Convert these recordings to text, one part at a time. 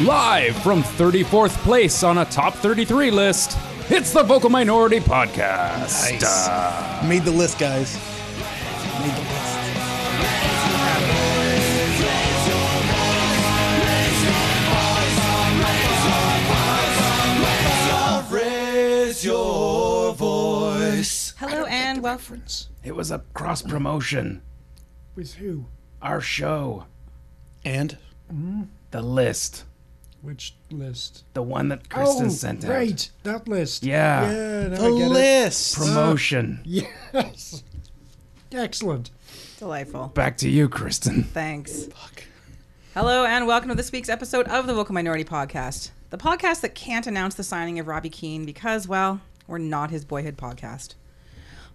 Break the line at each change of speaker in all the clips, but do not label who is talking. Live from 34th place on a top 33 list, it's the Vocal Minority Podcast.
Made the list, guys. Made the list.
Hello and welcome.
It was a cross promotion.
With who?
Our show,
And
the list,
Which list?
the one that Kristen
oh,
sent out.
right, that list.
Yeah.
Yeah, now
the
I get it.
list.
Promotion.
Yes. Excellent.
Delightful.
Back to you, Kristen.
Thanks. Hello and welcome to this week's episode of the Vocal Minority Podcast, the podcast that can't announce the signing of Robbie Keane because, well, we're not his boyhood podcast.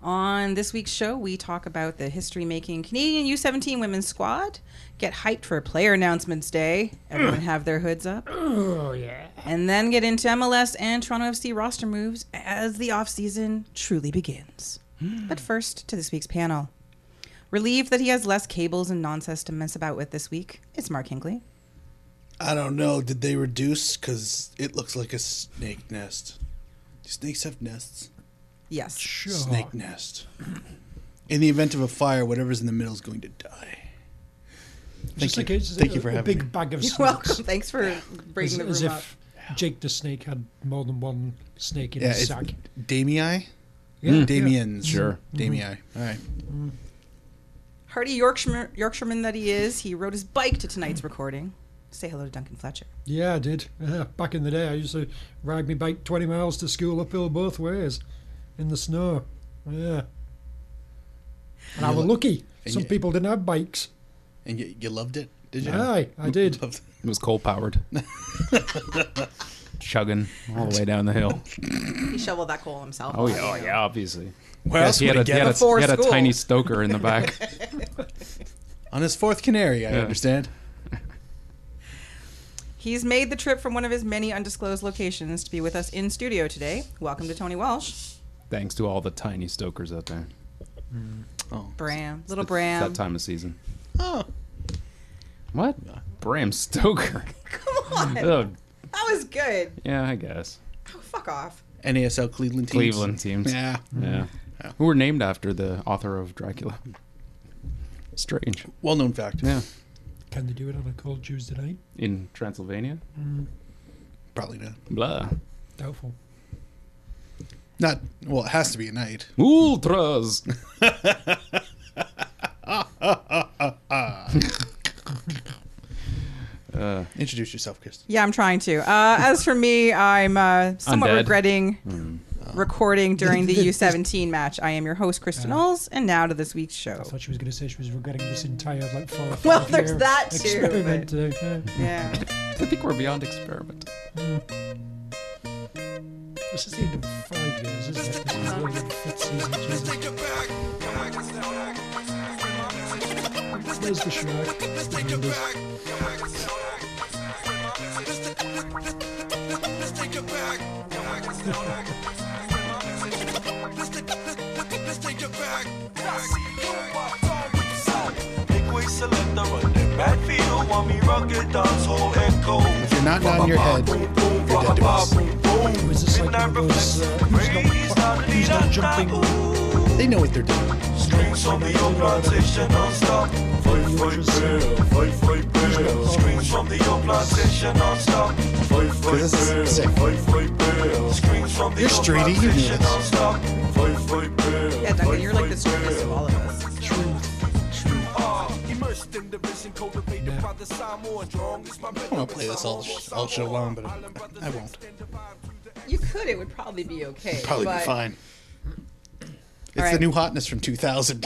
On this week's show, we talk about the history making Canadian U17 women's squad, get hyped for player announcements day, everyone have their hoods up,
Oh, yeah.
and then get into MLS and Toronto FC roster moves as the offseason truly begins.
Hmm.
but first to this week's panel. Relieved that he has less cables and nonsense to mess about with this week, it's Mark Hinkley.
I don't know. Did they reduce? Because it looks like a snake nest. Do snakes have nests?
Yes.
Sure.
Snake nest. In the event of a fire, whatever's in the middle is going to die. Thank
Just in
you.
case
Thank
a,
you for
a
having
big
me.
bag of snakes.
Welcome. Thanks for
As,
bringing
as
the room up.
if Jake the Snake had more than one snake in
Yeah,
his
it's Mm-hmm.
sack.
Damii.
Yeah.
Damien's.
Sure.
Damii. All right.
Hardy Yorkshireman, Yorkshireman that he is, he rode his bike to tonight's recording. Say hello to Duncan Fletcher.
Yeah, I did. Yeah, back in the day, I used to ride my bike 20 miles to school uphill both ways in the snow. Yeah. And I was lucky.
and
Some
you-
people didn't have bikes.
And you, you loved it, did you?
Aye, I did.
Loved-
It was coal powered. Chugging all the way down the hill.
He shoveled that coal himself.
Oh, yeah, oh, yeah obviously.
Where else
he had,
would
a, he,
he get
had
it?
a, he had a
school.
tiny stoker in the back.
On his fourth canary, I understand.
He's made the trip from one of his many undisclosed locations to be with us in studio today. Welcome to Tony Walsh.
Thanks to all the tiny stokers out there.
Oh.
Bram. Little
It's
Bram.
that time of season.
Oh.
What? Bram Stoker.
Come on.
Ugh,
That was good.
yeah, I guess.
Oh, fuck off.
NASL Cleveland teams.
Cleveland teams.
Yeah.
Yeah. Who were named after the author of Dracula? Strange.
Well known fact.
Yeah.
Can they do it on a cold Tuesday night?
In Transylvania?
Probably not.
Blah.
Doubtful.
Not well. It has to be at night.
Ultras.
Introduce yourself, Kristen.
Yeah, I'm trying to. Uh, as for me, I'm uh, somewhat
Undead.
regretting
Hmm.
recording during the U17 match. I am your host, Kristen Knowles, and now to this week's show.
thought she was going to say she was regretting this entire like four. or
Well,
five
there's
year
that too,
Experiment. uh,
Yeah.
yeah.
I think we're beyond experiment.
This is the end of five years, isn't it? This is the end of the fifth season. Jesus. Where's the shark? Behind us.
If you're not nodding your head, you're dead to us.
Was this like one of those? Uh, who's not,
uh,
who's not jumping?
They know what they're doing.
Screams from the old plantation non-stop. Fight, fight, bear, fight, fight, bear. Screams from the old plantation non-stop. Fight, fight,
This is
bear,
sick.
fight, fight, bear. Screams from the
You're
old
straighty, you knew
plantation
this.
non-stop. Fight, fight, bear,
Yeah, Duncan,
fight,
you're like
fight, Ah,
the strongest of all of us.
Immersed in the vision cultivated
Yeah.
by the Samoan drum. It's my
I want to play this all, sh- all show long, but I won't.
You could, it would probably be okay.
Probably be
but-
fine. It's the
right.
new hotness from 2000.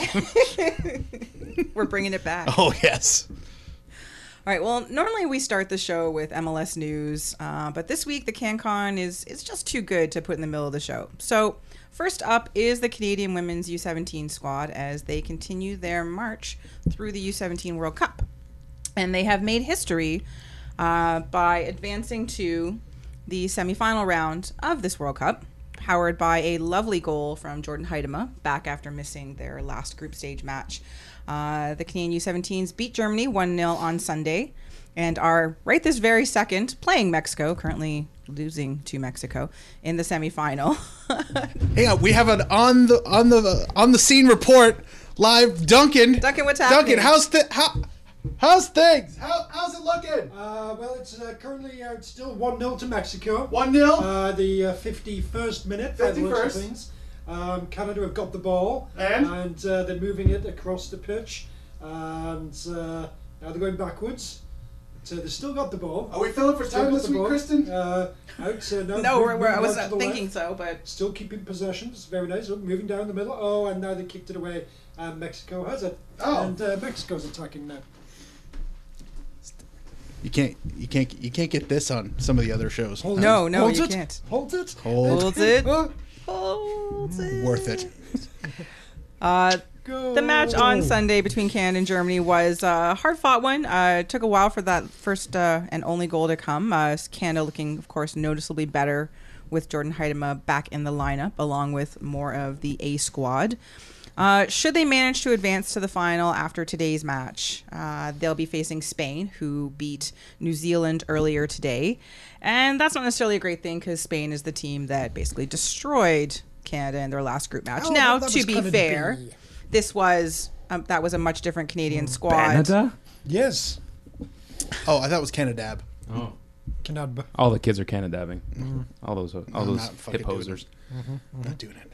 We're bringing it back.
oh, yes.
All right. Well, normally we start the show with MLS news, uh, but this week the CanCon is it's just too good to put in the middle of the show. So first up is the Canadian Women's U17 squad as they continue their march through the U17 World Cup, and they have made history uh, by advancing to the semifinal round of this World Cup, powered by a lovely goal from Jordan Heidema back after missing their last group stage match. Uh, the Canadian U17s beat Germany 1 0 on Sunday. and are right this very second playing Mexico, currently losing to Mexico in the semifinal.
Hang on, uh, we have an on the on the on the scene report live. Duncan,
Duncan, what's happening?
Duncan, how's the how? How's things? How, how's it looking?
Uh, well, it's uh, currently uh, it's still 1 0 to Mexico.
One 0
Uh, the uh, 51st minute, by the looks
51st.
of things. Um, Canada have got the ball
And?
uh, they're moving it across the pitch. And uh, now they're going backwards. So they've still got the ball.
Oh,
Are we filling for
Still
time
got
this
the
week,
ball.
Kristen?
Uh, out, uh, no,
no,
move-
we're, we're, I
moving
was
out
uh,
to the
thinking
left.
so, but
Still keeping possession. It's very nice. Look, moving down the middle. Oh, and now they kicked it away. And Mexico has it.
Oh.
And uh, Mexico's attacking now.
You can't, you can't, you can't get this on some of the other shows.
Hold
No,
it.
no,
Hold
you
it.
can't.
Hold it.
Hold.
Hold it.
Ah,
holds it.
Worth it.
Uh,
go. Oh.
the match on Sunday between Canada and Germany was a hard fought one. Uh, it took a while for that first uh, and only goal to come. Uh, Canada looking, of course, noticeably better with Jordan Heidema back in the lineup, along with more of the A squad. Uh, should they manage to advance to the final after today's match, uh, they'll be facing Spain, who beat New Zealand earlier today. And that's not necessarily a great thing because Spain is the team that basically destroyed Canada in their last group match.
Oh,
now,
that- that
to
was
be
Canada
fair,
B.
this was um, that was a much different
Mm.
Canadian squad.
Canada?
Yes.
Oh, I thought it was Canadab.
Oh.
Canadba.
All the kids are Canadabbing. All those all
Mm. I'm
those
not fucking
hip
doing
posers.
I'm not doing it.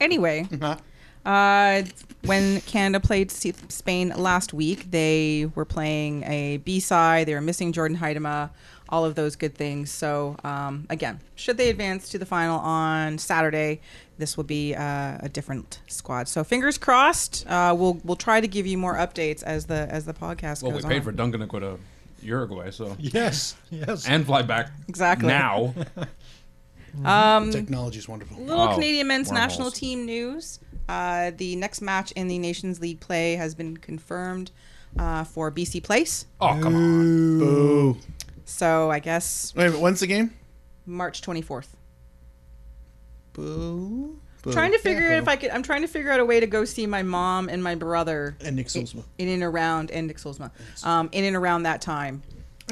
Anyway,
Huh?
uh, when Canada played S- Spain last week, they were playing a B side. They were missing Jordan Heidema, all of those good things. So um, again, should they advance to the final on Saturday, this will be uh, a different squad. So fingers crossed. Uh, we'll we'll try to give you more updates as the as the podcast
Well, we
goes
paid
on.
for Duncan to go to Uruguay, so
Yes. Yes.
and fly back
Exactly.
now.
Um,
Technology's wonderful.
Little
Oh,
Canadian men's
wormholes.
national team news. Uh, the next match in the Nations League play has been confirmed uh, for BC Place.
Oh come on!
Boo.
So I guess
Wait a minute. When's the game?
March 24th.
Boo. Boo.
Trying to figure if Uh, I could. I'm trying to figure out a way to go see my mom and my brother
And Nick Sulzma.
in and around and Nick Solzma, um, in and around that time,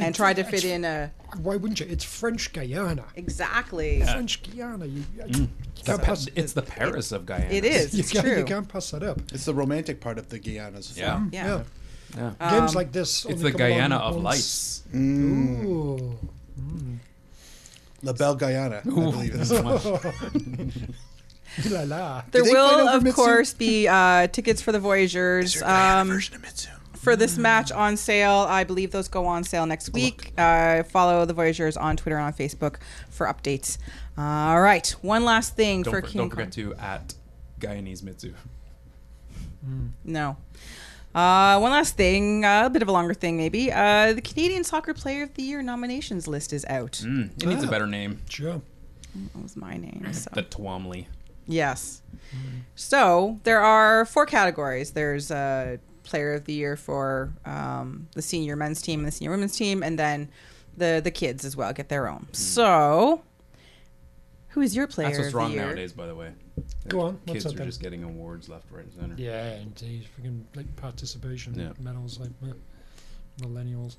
and try to fit in a
Why wouldn't you? It's French Guyana.
exactly.
French Guyana. You, you can't pass.
It's the Paris of Guyana.
It is.
you,
It's
can't, you
true.
can't pass that up.
It's the romantic part of the Guianas.
Yeah,
Mm.
Yeah. Um,
yeah.
Games like this.
it's the
only come along
Guyana of
once.
lights.
Ooh.
La Belle Guyana, I believe it is.
La la.
There
they fight
will,
over
of
Mitsu?
course, be uh, tickets for the Voyagers. Um, for this match on sale. I believe those go on sale next week. Uh, follow the Voyagers on Twitter and on Facebook for updates. All right, one last thing
Don't,
for
for-
King
don't
Kong.
forget to at Guyanese Mitsu.
No. Uh, one last thing, uh, a bit of a longer thing, maybe. Uh, the Canadian Soccer Player of the Year nominations list is out.
It needs a better name.
Sure.
That was my name. So.
The Twomley.
Yes. So there are four categories. There's a player of the year for um, the senior men's team and the senior women's team, and then the the kids as well get their own. So, who is your player
Mm-hmm. That's what's
of the
wrong
year?
nowadays, by the way.
Go on, what's
Kids
up
are
then?
just getting awards left, right, and center.
Yeah, indeed. Freaking like participation
Yeah.
medals, like uh, millennials.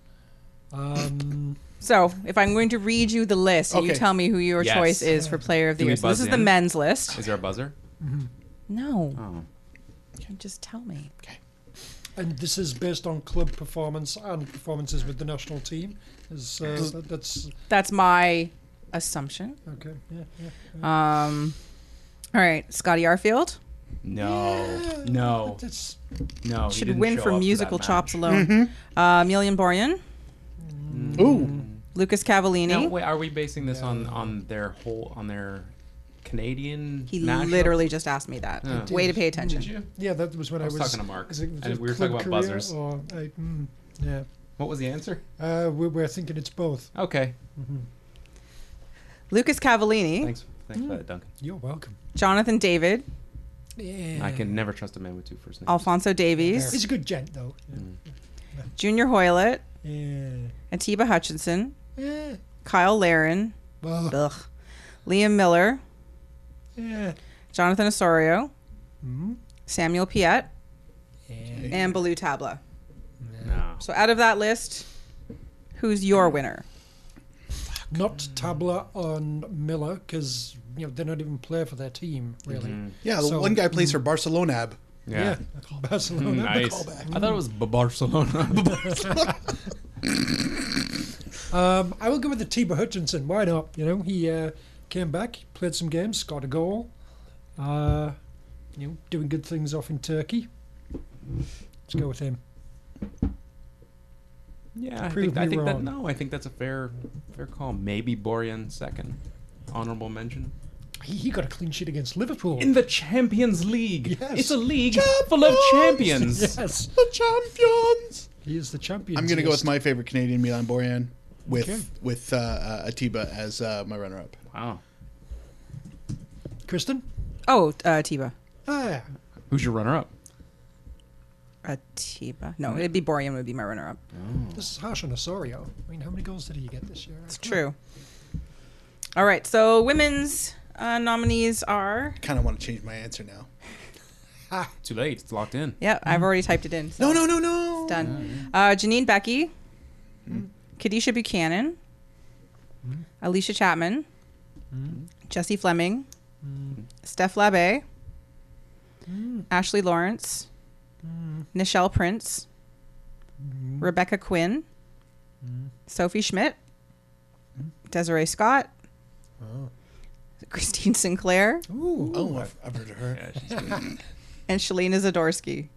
Um,
So, if I'm going to read you the list, and you
Okay.
tell me who your
Yes.
choice is for player of the
Do we
year. So this
buzz
is the
in?
men's list.
Is there a buzzer?
No,
Oh.
you just tell me.
and this is based on club performance and performances with the national team. Is uh, that, that's
That's my assumption.
okay? Yeah, yeah.
Um, all right, Scotty Arfield
No. No.
That's
No. he
should
didn't
win
show
for
up that
musical
match.
chops alone. Uh, Emilian Borjan.
Ooh.
Lucas Cavallini.
Now, wait, are we basing this on on their whole on their Canadian?
he
national-
literally just asked me that.
Yeah.
Way to pay
Did
attention.
you?
yeah. That was when
I
I
was
was,
talking to Mark,
is it- was
and
it
we were talking
club
about
career
buzzers.
Or, uh, mm, yeah,
What was the answer?
uh, we, we're thinking it's both.
Okay.
Lucas Cavallini,
Thanks. Thanks for that, Duncan.
You're welcome.
Jonathan David,
Yeah,
I can never trust a man with two first names.
Alfonso Davies,
He's a good gent though.
Mm.
Junior Hoylett,
Yeah,
Atiba Hutchinson,
yeah.
Kyle Laren,
Well,
ugh, Liam Miller,
yeah.
Jonathan Osorio,
Mm-hmm.
Mm,
Samuel Piet,
yeah.
and Baloo Tabla.
No.
So out of that list, Who's your winner?
Not Tabla on Miller because you know they don't even play for their team really.
Mm-hmm.
Yeah, the
So- mm.
one guy plays for Barcelona. ab.
Yeah, Barcelona.
Nice.
callback.
I thought it was B- Barcelona.
Um, I will go with the Tiber Hutchinson. Why not? You know, he uh, came back, played some games, scored a goal. Uh, you know, doing good things off in Turkey. Let's go with him.
yeah, I
Prove
think, I
me
think that
wrong.
no, I think that's a fair fair call. Maybe Borjan second. Honorable mention.
He, he got a clean sheet against Liverpool.
In the Champions League.
Yes.
It's a league full of champions.
yes,
The champions.
he is the champion.
I'm gonna go with my favorite Canadian, Milan Borjan, with
Okay.
with uh, uh, Atiba as uh, my runner-up.
Wow.
Kristen.
Oh, uh, Tiba.
Ah,
Who's your runner up?
Atiba. No,
Mm-hmm.
it'd be Borian would be my runner up.
this is harsh on Osorio. I mean, how many goals did he get this year?
It's true. All right, so women's uh, nominees are.
Kind of want to change my answer now.
Too late. It's locked in.
Yeah, I've already typed it in. so
Mm. No, no, no, no. Hmm.
Done. Uh, Janine Becky, Kadisha Buchanan, Alicia Chapman,
Hmm.
Jesse Fleming, Steph Labbe,
Hmm.
Ashley Lawrence, Nichelle Prince,
Hmm.
Rebecca Quinn, Sophie Schmidt,
Hmm.
Desiree Scott, Christine Sinclair,
Ooh,
Oh, I've, I've heard of her.
and Shalina Zadorsky.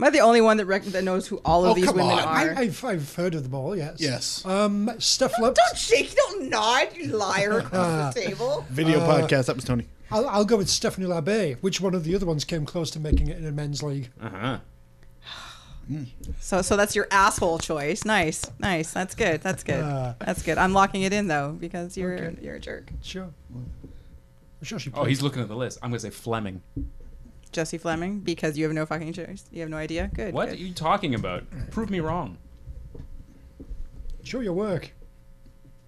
Am I the only one that, rec- that knows who all of
Oh,
these
come
women
on.
are?
I, I've I've heard of them all. Yes.
Yes.
Um, Steph Lab-
Don't shake, don't nod, you liar across the table.
Video
Uh,
podcast. That was Tony.
I'll, I'll go with Stephanie Labbe. Which one of the other ones came close to making it in a men's league?
Uh huh.
So, so that's your asshole choice. Nice, nice. That's good. That's good.
Uh.
Ah.
that's good. I'm locking it in though because you're you're a jerk.
Sure. I'm sure she
Oh,
played.
he's looking at the list. I'm gonna say Fleming.
Jesse Fleming, because you have no fucking choice. You have no idea. Good.
What are
good.
you talking about? Prove me wrong.
Show your work.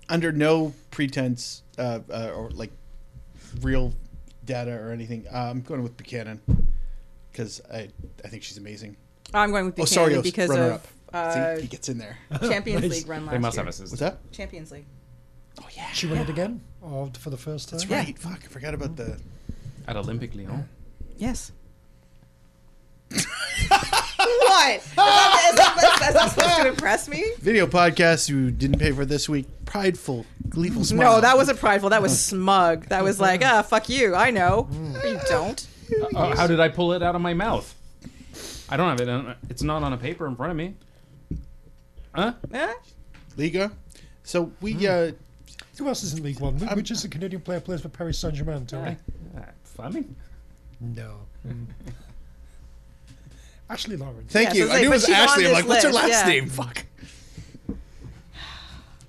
Under no pretense uh, uh, or like real data or anything, uh, I'm going with Buchanan because I I think she's amazing.
I'm going with Buchanan
Osorio's
because
Oh, runner
of
up. See,
uh,
he gets in there.
Champions
Nice.
League run last
They must
year.
have us. as-
What's that?
Champions League.
She won it again, or for the first time.
That's right. Fuck, I forgot about the.
At Olympic Lyon.
Yes.
What? Is that, is that, is that supposed to impress me?
Video podcast you didn't pay for this week. Prideful, gleeful smile.
No, that wasn't prideful. That was smug. That was like, ah, fuck you. I know. But you don't.
Oh, how did I pull it out of my mouth? I don't have it. on- It's not on a paper in front of me. Huh?
Eh?
Liga. So we uh,
Who else is in League One?
Um,
Wh- Which is the Canadian player plays for Paris Saint Germain? Tony.
Uh, Fleming.
No. Ashley Lawrence.
thank
Yeah, so
you.
it's
I knew it was
like, but she's on
Ashley. I'm
this
like, what's her
list,
last
yeah.
name? Fuck.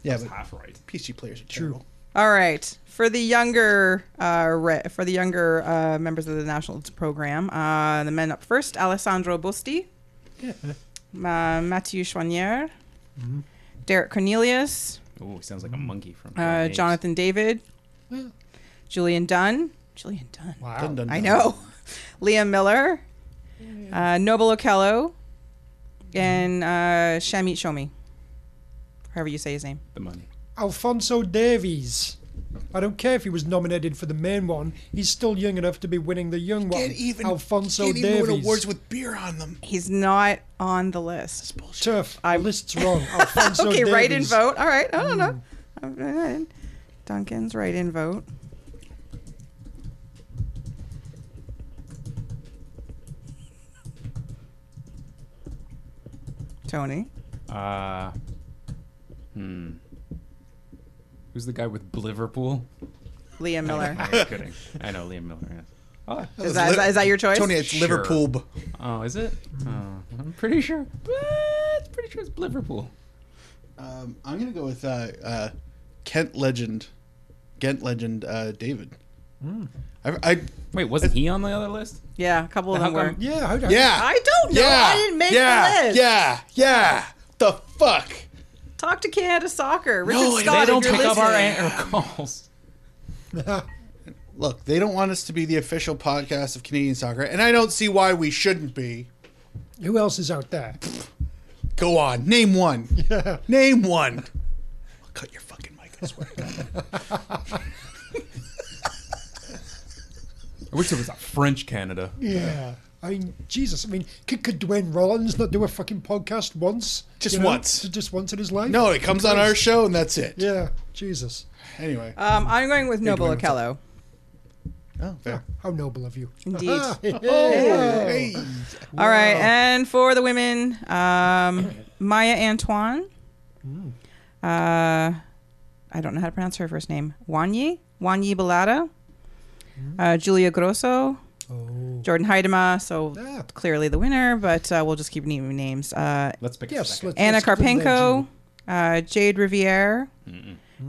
Yeah, but
Half right.
PC players are
True.
terrible.
All right. For the younger, uh, re- for the younger uh, members of the nationals program, uh, the men up first: Alessandro Busti, uh, Mathieu Chouanier, Mm-hmm. Derek Cornelius,
Oh, he sounds like a monkey from.
uh, Jonathan David,
Yeah.
Julian Dunn, Julian Dunn.
Wow.
Dun, dun,
I
dun.
know, Liam Miller, uh, Noble Okello, and uh, Shamit Shomi, however you say his name.
The money.
Alfonso Davies. I don't care if he was nominated for the main one. He's still young enough to be winning the young one.
Can't even
Alfonso
can't even
Davies.
win awards with beer on them.
He's not on the list.
Turf. I list's wrong. Oh, Alfonso
okay,
Davies.
write in vote. All right. I don't know. I'm in. Duncan's write in vote. Tony.
Uh, hmm. Who's the guy with Bliverpool?
Liam Miller.
I was kidding. I know Liam Miller. Yes.
Is that, is, that, is that your choice?
Tony, it's
Sure.
Liverpool. b-
Oh, is it? Oh, I'm pretty sure. It's pretty sure it's Bliverpool.
Um, I'm gonna go with uh, uh, Kent legend, Ghent legend uh, David. Hmm. I, I
Wait, wasn't he on the other list?
Yeah, a couple of
How
them were.
come-
Yeah. How,
yeah.
I don't know.
Yeah,
I didn't make
yeah,
the list.
Yeah, yeah. The fuck.
Talk to Canada Soccer. Richard
No, they
Scott, if
they don't
you're
pick up our,
listening.
an- our calls.
Look, they don't want us to be the official podcast of Canadian soccer, and I don't see why we shouldn't be.
Who else is out there?
Go on. Name one. Name one. I'll cut your fucking mic, I swear.
I wish there was a French Canada.
Yeah. I mean, Jesus. I mean, could, could Dwayne Rollins not do a fucking podcast once?
Just
You know,
once.
j- Just once in his life?
No, it comes on our show and that's it.
Yeah. Jesus.
Anyway.
Um, I'm going with Noble
doing it.
Okello.
oh, fair.
How noble of you. Ah.
Indeed.
Oh. Hey.
All right, and for the women, um, Maya Antoine.
Mm.
Uh, I don't know how to pronounce her first name. Wanyi, Wanyi Balada,
Mm.
uh, Julia Grosso,
Oh.
Jordan Heidema. So
Yeah.
clearly the winner, but uh, we'll just keep naming names. Uh,
Let's pick a
Yes.
second.
Let's,
Anna
let's put them there,
Karpenko, uh, Jade Riviere,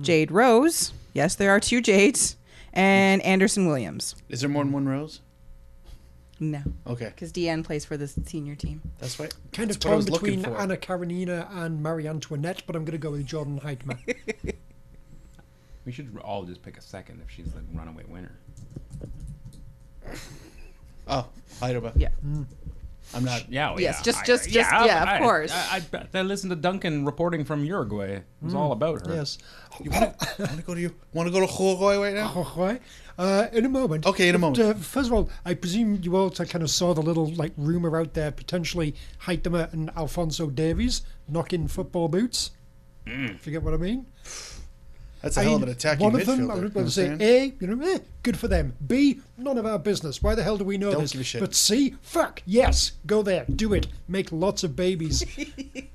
Jade Rose. Yes, there are two Jades, and Anderson Williams.
Is there more than one rose?
No,
Okay.
because DN plays for the senior team.
That's right.
kind of
That's what I
torn
was looking
between
for.
Anna Karenina and Marie Antoinette, but I'm going to go with Jordan Heidman.
We should all just pick a second if she's the runaway winner.
Oh, Heidelberg.
Yeah.
Mm.
I'm not.
Yeah. oh,
Yes,
yeah.
just- just- just- yeah, of
I-
course.
I, I, bet- I listened to Duncan reporting from Uruguay. It was
Hmm.
all about her.
yes.
You want to go to you? Want to go to Uruguay right now?
Jorge, uh, in a moment.
Okay, in a
But,
moment.
uh, first of all, I presume you all t- kind of saw the little like rumor out there potentially Heitema and Alfonso Davies knocking football boots. If you get what I mean.
That's a hell of
mean,
an attacking
One
midfielder.
of them, I
you know
would
what I'm
say,
saying?
A, you know, eh, good for them. B, none of our business. Why the hell do we know
Don't
this?
give a shit.
But C, fuck, yes, go there, do it, make lots of babies.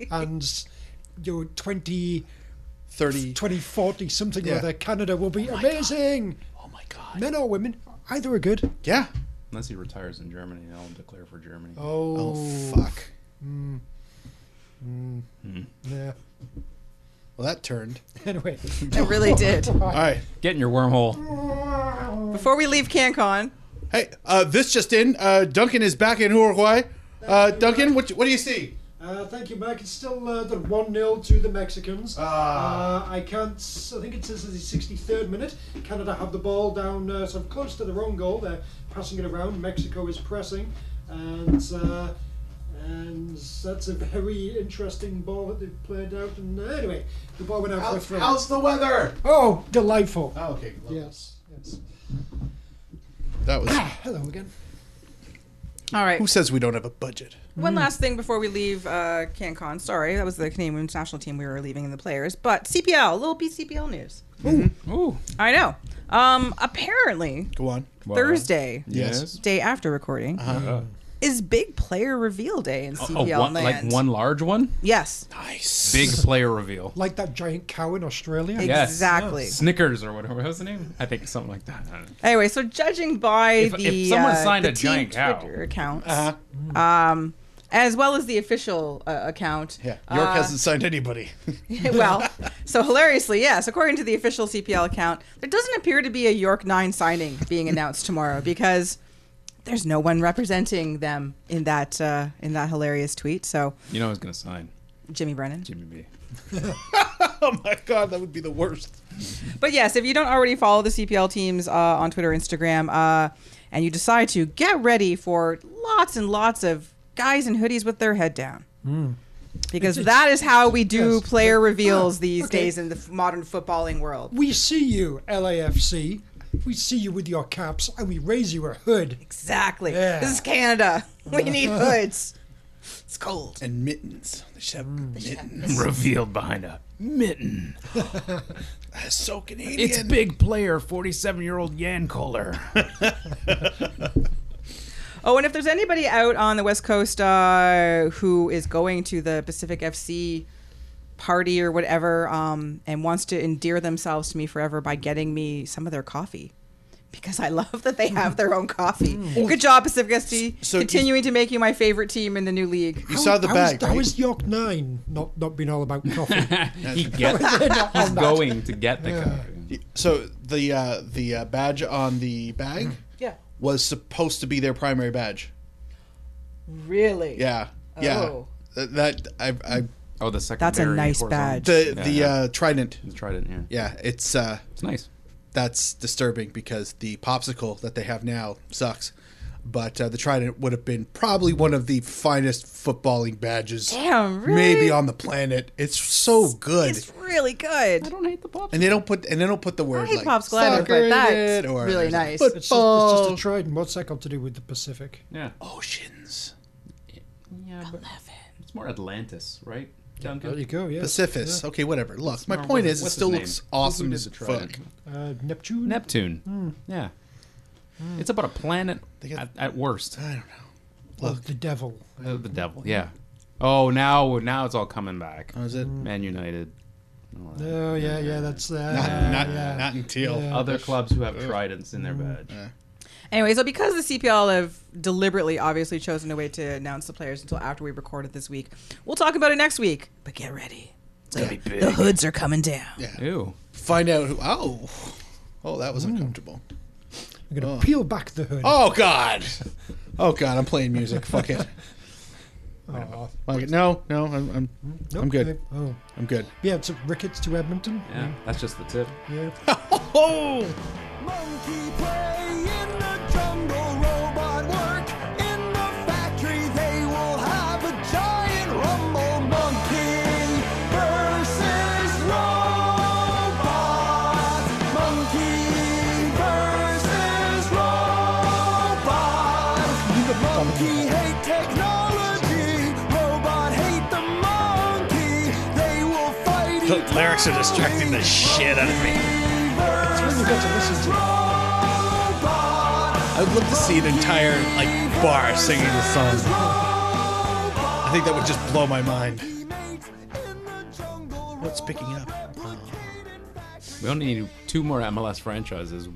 and your 20,
30.
2040, something
Yeah.
or other, Canada will be amazing.
Oh, my God.
Men or women, either are good.
Yeah.
Unless he retires in Germany, I'll declare for Germany.
Oh,
Oh, fuck.
yeah.
Well, that turned.
Anyway,
I really did.
All right.
Get in your wormhole.
Before we leave CanCon,
Hey, uh, this just in. Uh, Duncan is back in Uruguay. Uh, Duncan, what, what do you see?
uh, thank you, Mike. It's still uh, the 1 0 to the Mexicans.
Ah.
Uh, I can't, s- I think it says it's the 63rd minute. Canada have the ball down, uh, sort of close to their own goal. They're passing it around. Mexico is pressing. And. Uh, and that's a very interesting ball that they've played out. And uh, anyway, the ball went out for a throw.
the weather?
Oh, delightful!
Oh, okay.
yes, yes.
That was.
Hello again.
all right.
Who says we don't have a budget?
One last thing before we leave uh, CanCon. Sorry, that was the Canadian Women's National Team we were leaving in the players. But CPL, a little BCPL news. Mm-hmm.
Ooh.
I know. Um, apparently,
Go on.
Thursday,
Yes.
day after recording,
Uh,
is big player reveal day in
oh,
CPL
one, like
land.
one large one?
Yes,
Nice.
Big player reveal.
Like that giant cow in Australia.
Yes.
exactly.
Snickers or whatever. What was the name? I think something like that. I don't know.
Anyway, so judging by
If- if
the
someone
uh,
signed
the
a
team
giant cow.
Twitter accounts,
Uh-huh.
um, as well as the official uh, account,
Yeah. York
uh,
hasn't signed anybody.
well, so hilariously, yes. According to the official CPL account, there doesn't appear to be a York Nine signing being announced tomorrow because there's no one representing them in that uh, in that hilarious tweet. So
You know I was going to sign
Jimmy Brennan.
Jimmy B.
oh my god, that would be the worst.
But yes, if you don't already follow the CPL teams uh, on Twitter, Instagram, uh, and you decide to get ready for lots and lots of guys in hoodies with their head down. Because
Mm. It's-
that is how we do
yes.
player reveals
Ah,
these
okay.
days in the f- modern footballing world.
We see you, LAFC. We see you with your caps and we raise you a hood.
Exactly.
Yeah.
This is Canada. We need hoods. It's cold.
And mittens. They should have mittens.
Revealed behind a mitten.
That's so Canadian.
It's big player, 47 year old Yan Kohler.
Oh, and if there's anybody out on the West Coast uh, who is going to the Pacific FC party or whatever um, and wants to endear themselves to me forever by getting me some of their coffee. Because I love that they have their own coffee. Good job, Pacific FC.
Mm. So you-
continuing to make you my favorite team in the new league.
You saw the
how
bag,
Is, How
right?
is York 9 not, not being all about coffee?
he gets, he's going to get the coffee.
so the uh, the uh, badge on the bag
Yeah.
was supposed to be their primary badge.
Really?
Yeah. Yeah.
Oh.
That, that I I
Oh, the second.
That's a nice badge.
the
Yeah,
the
yeah.
Uh, trident.
Tried it. Yeah.
Yeah, it's uh
It's nice.
that's disturbing because the popsicle that they have now sucks. But uh, the Trident would have been probably one of the finest footballing badges,
Damn, really?
maybe on the planet. It's so good,
It's really good.
don't hate the pop.
and they don't put and they don't put the word
I hate
like
popsicle either,
soccer
but
in
that's
it or
really nice.
Football.
It's just, it's
Oh.
just a trident. What's that got to do with the Pacific?
Yeah.
oceans,
Yeah, but it's more Atlantis, right?
There you
Duncan?
go. Yeah.
Pacificis. Okay, whatever. Look, my
Or
point
what-
is, it
what's
still
his
looks
name? Who
awesome
did
as
the
fuck.
Trident?
Uh, Neptune.
Neptune.
Hmm.
Yeah. It's about a planet at, at
Oh,
worst.
I don't know.
Well, the devil.
Uh, the devil. Yeah. Oh, now now it's all coming back.
How is it?
Man United. and all that.
Oh Uh, yeah, yeah. That's that.
Not, not,
yeah.
not in teal.
Yeah. Mm-hmm.
Other clubs who have tridents in their badge.
Anyway, so because the CPL have deliberately, obviously, chosen to wait to announce the players until after we record it this week, we'll talk about it next week. But get ready. The hoods are coming down.
Ew.
Find out who. Oh, oh, that was uncomfortable.
I'm gonna peel back the hood.
Oh God. Oh God, I'm playing music. Fuck it.
Oh,
Fuck it. No, no, I'm, I'm,
nope,
I'm good.
I- oh,
I'm good.
yeah. To Ricketts to Edmonton.
Yeah. That's just the tip.
Yeah.
Oh.
Monkey play in the jungle, robot work in the factory. They will have a giant rumble. Monkey versus robot. Monkey versus robot. Monkey hate technology. Robot hate the monkey. They will fight.
The
each
lyrics are distracting the
other.
shit out of me.
That's when you got to listen to. it.
I would love to see an entire like bar singing the song. I think that would just blow my mind.
What's picking up?
We only need two more MLS franchises.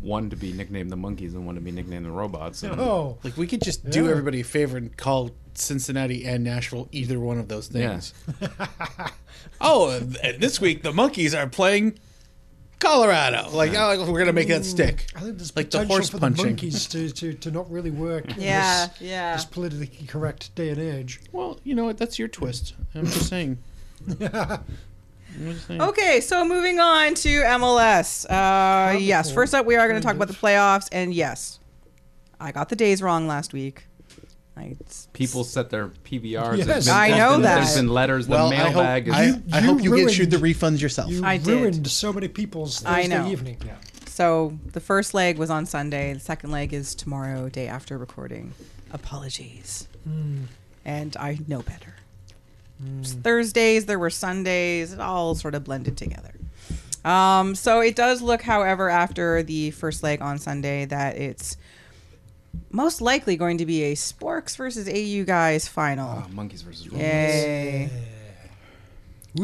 One to be nicknamed the Monkeys and one to be nicknamed the Robots. and-
Oh,
Like we could just do
Yeah.
everybody a favor and call Cincinnati and Nashville either one of those things. oh, and this week the monkeys are playing Colorado. Like, oh, we're gonna make that stick.
I think there's
Like the
potential
horse
for
punching.
the monkeys to, to, to not really work. in
Yeah,
this,
yeah.
This politically correct day and age.
Well, you know what? That's your twist. I'm just saying.
Okay, so moving on to MLS. Uh, yes,
cool.
first up, we are going to talk about the playoffs. And yes, I got the days wrong last week. I,
People set their PVRs.
Yes.
There's
I know
there's been-
that.
There's been letters. The
Well, I hope
mailbag
I,
is.
I
You-
hope you
you
get issued the
ruined-
refunds yourself.
You
I did.
ruined so many people's Thursday
I know.
evening. Yeah.
so the first leg was on Sunday. The second leg is tomorrow, day after recording. Apologies. And I know better. There's Thursdays, there were Sundays, it all sort of blended together. Um, so it does look, however, after the first leg on Sunday, that it's most likely going to be a Sporks versus AU guys final.
Oh, monkeys versus Robots.
Yay.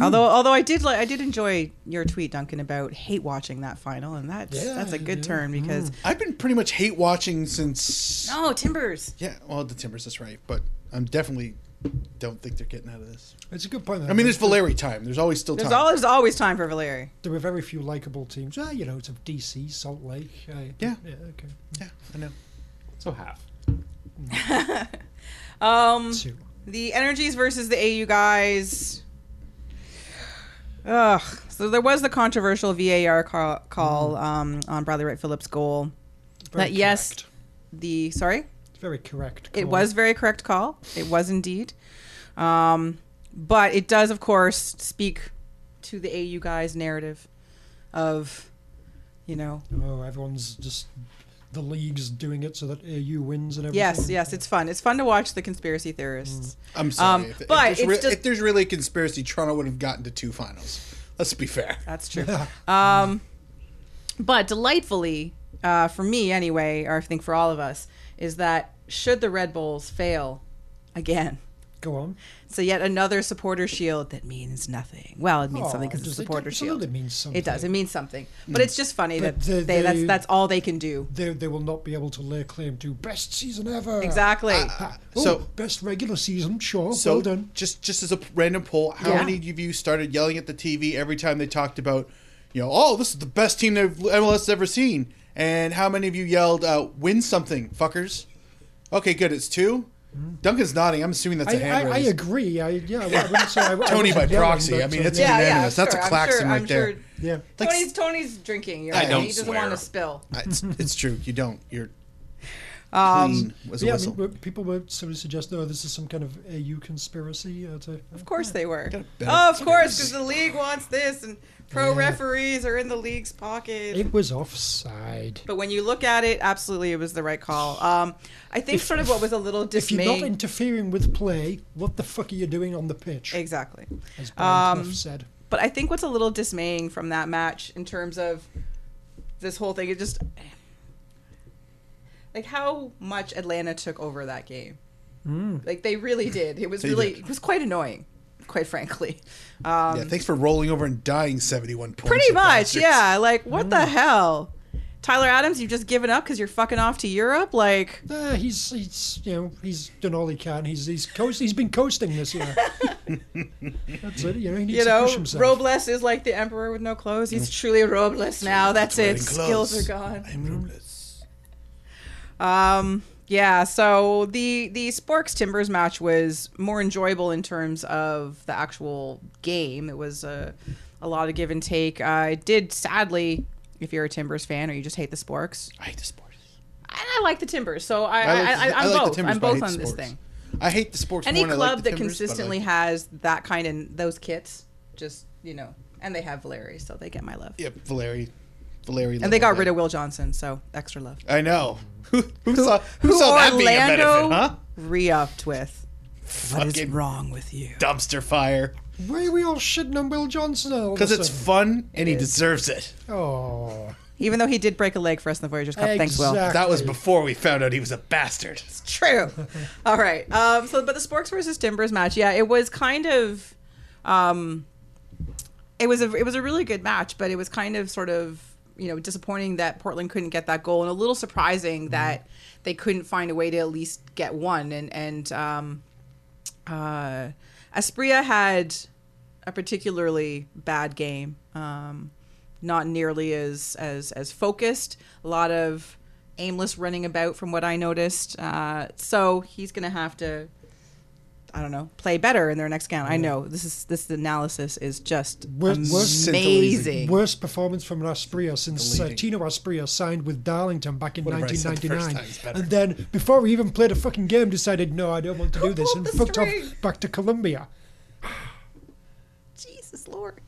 Although, although I did like, I did enjoy your tweet, Duncan, about hate watching that final, and that's
Yeah,
that's a good
yeah.
term because
I've been pretty much hate watching since.
oh, Timbers.
Yeah, well, the Timbers is right, but I'm definitely don't think they're getting out of this.
It's a good point.
I mean, there's Valeri time. There's always still time.
There's always always time for Valeri.
there were very few likable teams. Ah, you know, it's of DC, Salt Lake. Uh,
Yeah.
yeah. Okay.
yeah, I know.
So half.
Mm.
Two.
The energies versus the AU guys. Ugh. So there was the controversial VAR call, call um, on Bradley Wright Phillips' goal.
Very
That yes,
correct.
the sorry,
It's very correct.
It
call.
was very correct call. It was indeed. Um, but it does, of course, speak to the AU guys' narrative of, you know,
Oh, everyone's just the league's doing it so that AU wins and everything.
yes, yes, it's fun. It's fun to watch the conspiracy theorists.
I'm sorry.
Um,
if, if
but
there's
it's
rea-
just-
if there's really a conspiracy, Toronto would have gotten to two finals. Let's be fair.
That's true. um, but delightfully, uh, for me anyway, or I think for all of us, is that should the Red Bulls fail again,
Go on.
so yet another supporter shield that means nothing. Well, it means
Oh,
something because it's a
does it
supporter shield.
absolutely means something. Hmm.
It does. It means something. But it's just funny
But
that
the-
they, that's
the-
that's all they can do.
They, they will not be able to lay claim to best season ever.
Exactly.
Oh,
So-
best regular season, sure.
So
well done.
just just as a random poll, how
Yeah.
many of you started yelling at the TV every time they talked about, you know, oh, this is the best team that MLS has ever seen? And how many of you yelled, uh, win something, fuckers? Okay, good. It's 2
Hmm.
Duncan's nodding. I'm assuming that's a
I, I,
hand
I
raise.
agree. I, yeah, I wouldn't say I, I
Tony
wasn't
by
yelling,
proxy.
but,
I mean,
uh,
it's
yeah.
Yeah, unanimous. That's a klaxon right there.
yeah.
Like,
Tony's Tony's drinking. You're right.
don't
he doesn't
swear.
want to spill.
it's, it's true. You don't. You're
Um,
Clean was a
Yeah, I
whistle.
mean, but people were sort of suggesting, oh, this is some kind of AU conspiracy. Uh, to,
Of course they were.
Got a better
Oh, of course, because the league wants this, and pro
Yeah.
referees are in the league's pocket.
it was offside.
but when you look at it, absolutely, it was the right call. Um, I think sort of what was a little
If you're not
dismaying.
interfering with play, what the fuck are you doing on the pitch?
exactly.
As Brian Clough
um,
said.
But I think what's a little dismaying from that match in terms of this whole thing, it just like how much Atlanta took over that game.
Mm.
Like they really did. It was really
did.
it was quite annoying, quite frankly.
yeah, thanks for rolling over and dying 71 points.
um, Pretty
you
much,
bastards.
yeah. Like what the
Mm.
hell, Tyler Adams? You've just given up because you're fucking off to Europe. Like
Uh, he's he's you know he's done all he can. He's he's coast, he's been coasting this year. That's it. You know he needs
you
to
know,
push himself.
Robles is like the emperor with no clothes. He's truly Robles now. That's it.
Wearing
Skills
gloves.
are gone.
I'm rootless.
Um, yeah, so the the Sporks Timbers match was more enjoyable in terms of the actual game. It was a, a lot of give and take. I did sadly, if you're a Timbers fan or you just hate the Sporks,
I hate the sports.
and I like the Timbers, so I, I,
I like the-
I, I,
I
am
like the
both.
Timbers,
I'm
but I
both
hate
on
the
this
sports.
thing.
I hate the sports
Any
more than I
club
like the
that
Timbers, but I like-
consistently has that kind of those kits, just you know, and they have Valeri, so they get my love.
Yep, Valeri. Valeri.
And they got rid of Will Johnson, so extra love.
I know. Who, who, saw, who,
who
saw that being a benefit,
Orlando-
huh?
Re-upped with. What is
Fucking
wrong with you?
dumpster fire.
Why are we all shitting on Will Johnson? all of a
Because it's
sudden?
fun and he deserves it.
oh
Even though he did break a leg for us in the Voyagers Cup. Thanks, Will.
exactly.
That was before we found out he was a bastard.
True. All right. Um, so, but the Sporks versus Timbers match, yeah, it was kind of, um, it was a it was a really good match, but it was kind of sort of you know disappointing that Portland couldn't get that goal, and a little surprising that they couldn't find a way to at least get one. And and um, uh, Espria had a particularly bad game. Um, not nearly as as as focused. A lot of aimless running about, from what I noticed. Uh, so he's going to have to, I don't know, play better in their next game. I know this is this analysis is just
Worst- worst-
amazing.
worst performance from an Aspria since uh, Tino Aspria signed with Darlington back in
Whatever I said the first
1999.
time is better.
and then before he even played a fucking game, decided no, I don't want to do this,
pulled
and
the
fucked
string?
off back to Colombia.
Jesus Lord.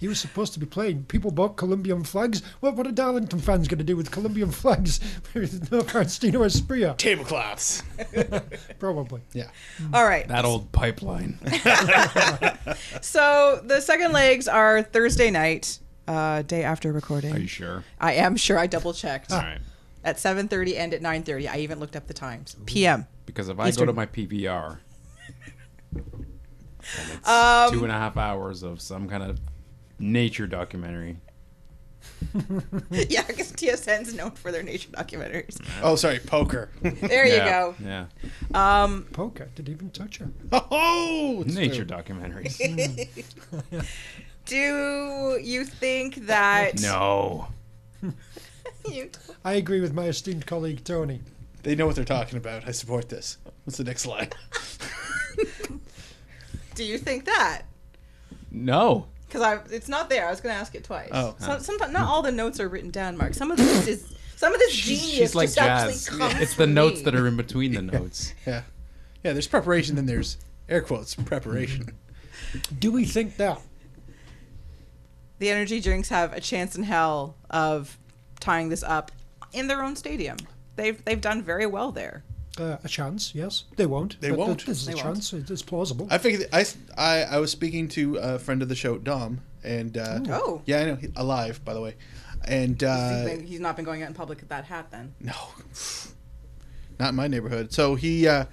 He was supposed to be playing. People bought Colombian flags. What what are Darlington fans going to do with Colombian flags? There's no fans, Tino Aspria,
Tablecloths.
probably.
Yeah.
All right.
That old pipeline.
So the second legs are Thursday night, uh, day after recording.
Are you sure?
I am sure I double checked
All right.
at 7:30 and at 9:30. I even looked up the times. PM.
Because if I
Eastern.
go to my PVR, and it's
Um,
two and a half hours of some kind of nature documentary.
yeah, because TSN's known for their nature documentaries.
Oh, sorry, poker.
There you
yeah,
go. Um,
Yeah.
Poker did even touch her.
oh, it's
Nature
true.
documentaries.
Do you think that
no.
you-
I agree with my esteemed colleague Tony.
They know what they're talking about. I support this. What's the next slide?
do you think that?
No.
Because I it's not there. I was going to ask it twice.
Oh.
Some, sometimes not all the notes are written down, Mark. Some of this is some of this genius
She's like
just
jazz.
actually comes.
It's the
from
notes
me.
that are in between the notes.
Yeah. Yeah, there's preparation, then there's air quotes preparation.
Do we think that?
the energy drinks have a chance in hell of tying this up in their own stadium. They've they've done very well there.
Uh, a chance, yes. They won't.
They
but
won't.
There's a
They won't.
chance. It- It's plausible.
I figured I, I I was speaking to a friend of the show, Dom, and uh,
Oh.
yeah, I know, he, alive by the way, and
He's
uh,
been- He's not been going out in public with that hat then.
no, not in my neighborhood. So he uh,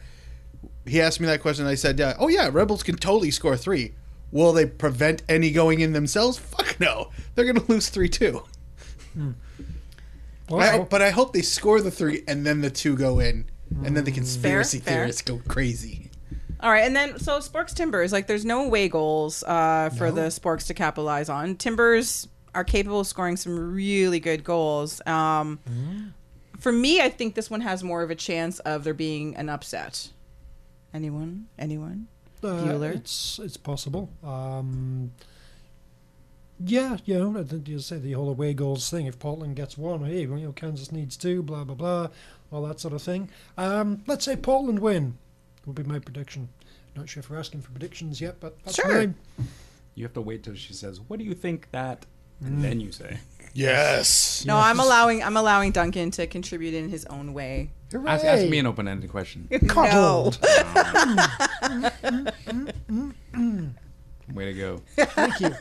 he asked me that question. And I said, uh, oh yeah, Rebels can totally score three. Will they prevent any going in themselves? Fuck no, they're gonna lose three two. I,
Plausible.
but I hope they score the three and then the two go in, and then the conspiracy
Mm. fair.
theorists go crazy.
All right, and then so Sporks Timbers, like there's no away goals uh, for the Sporks to capitalize on. Timbers are capable of scoring some really good goals. Um, For me, I think this one has more of a chance of there being an upset. Anyone? Anyone?
Uh,
Bueller?
it's it's possible. Um, Yeah, you know, I think you say the whole away goals thing. If Portland gets one, hey, well, you know, Kansas needs two, blah blah blah, all that sort of thing. Um, let's say Portland win. Would be my prediction. Not sure if we're asking for predictions yet, but that's
Sure.
mine.
You have to wait till she says, "What do you think that?" And then you say,
Yes.
No, I'm allowing I'm allowing Duncan to contribute in his own way.
ask, ask me an open-ended question.
Coddled.
Way to go.
Thank you.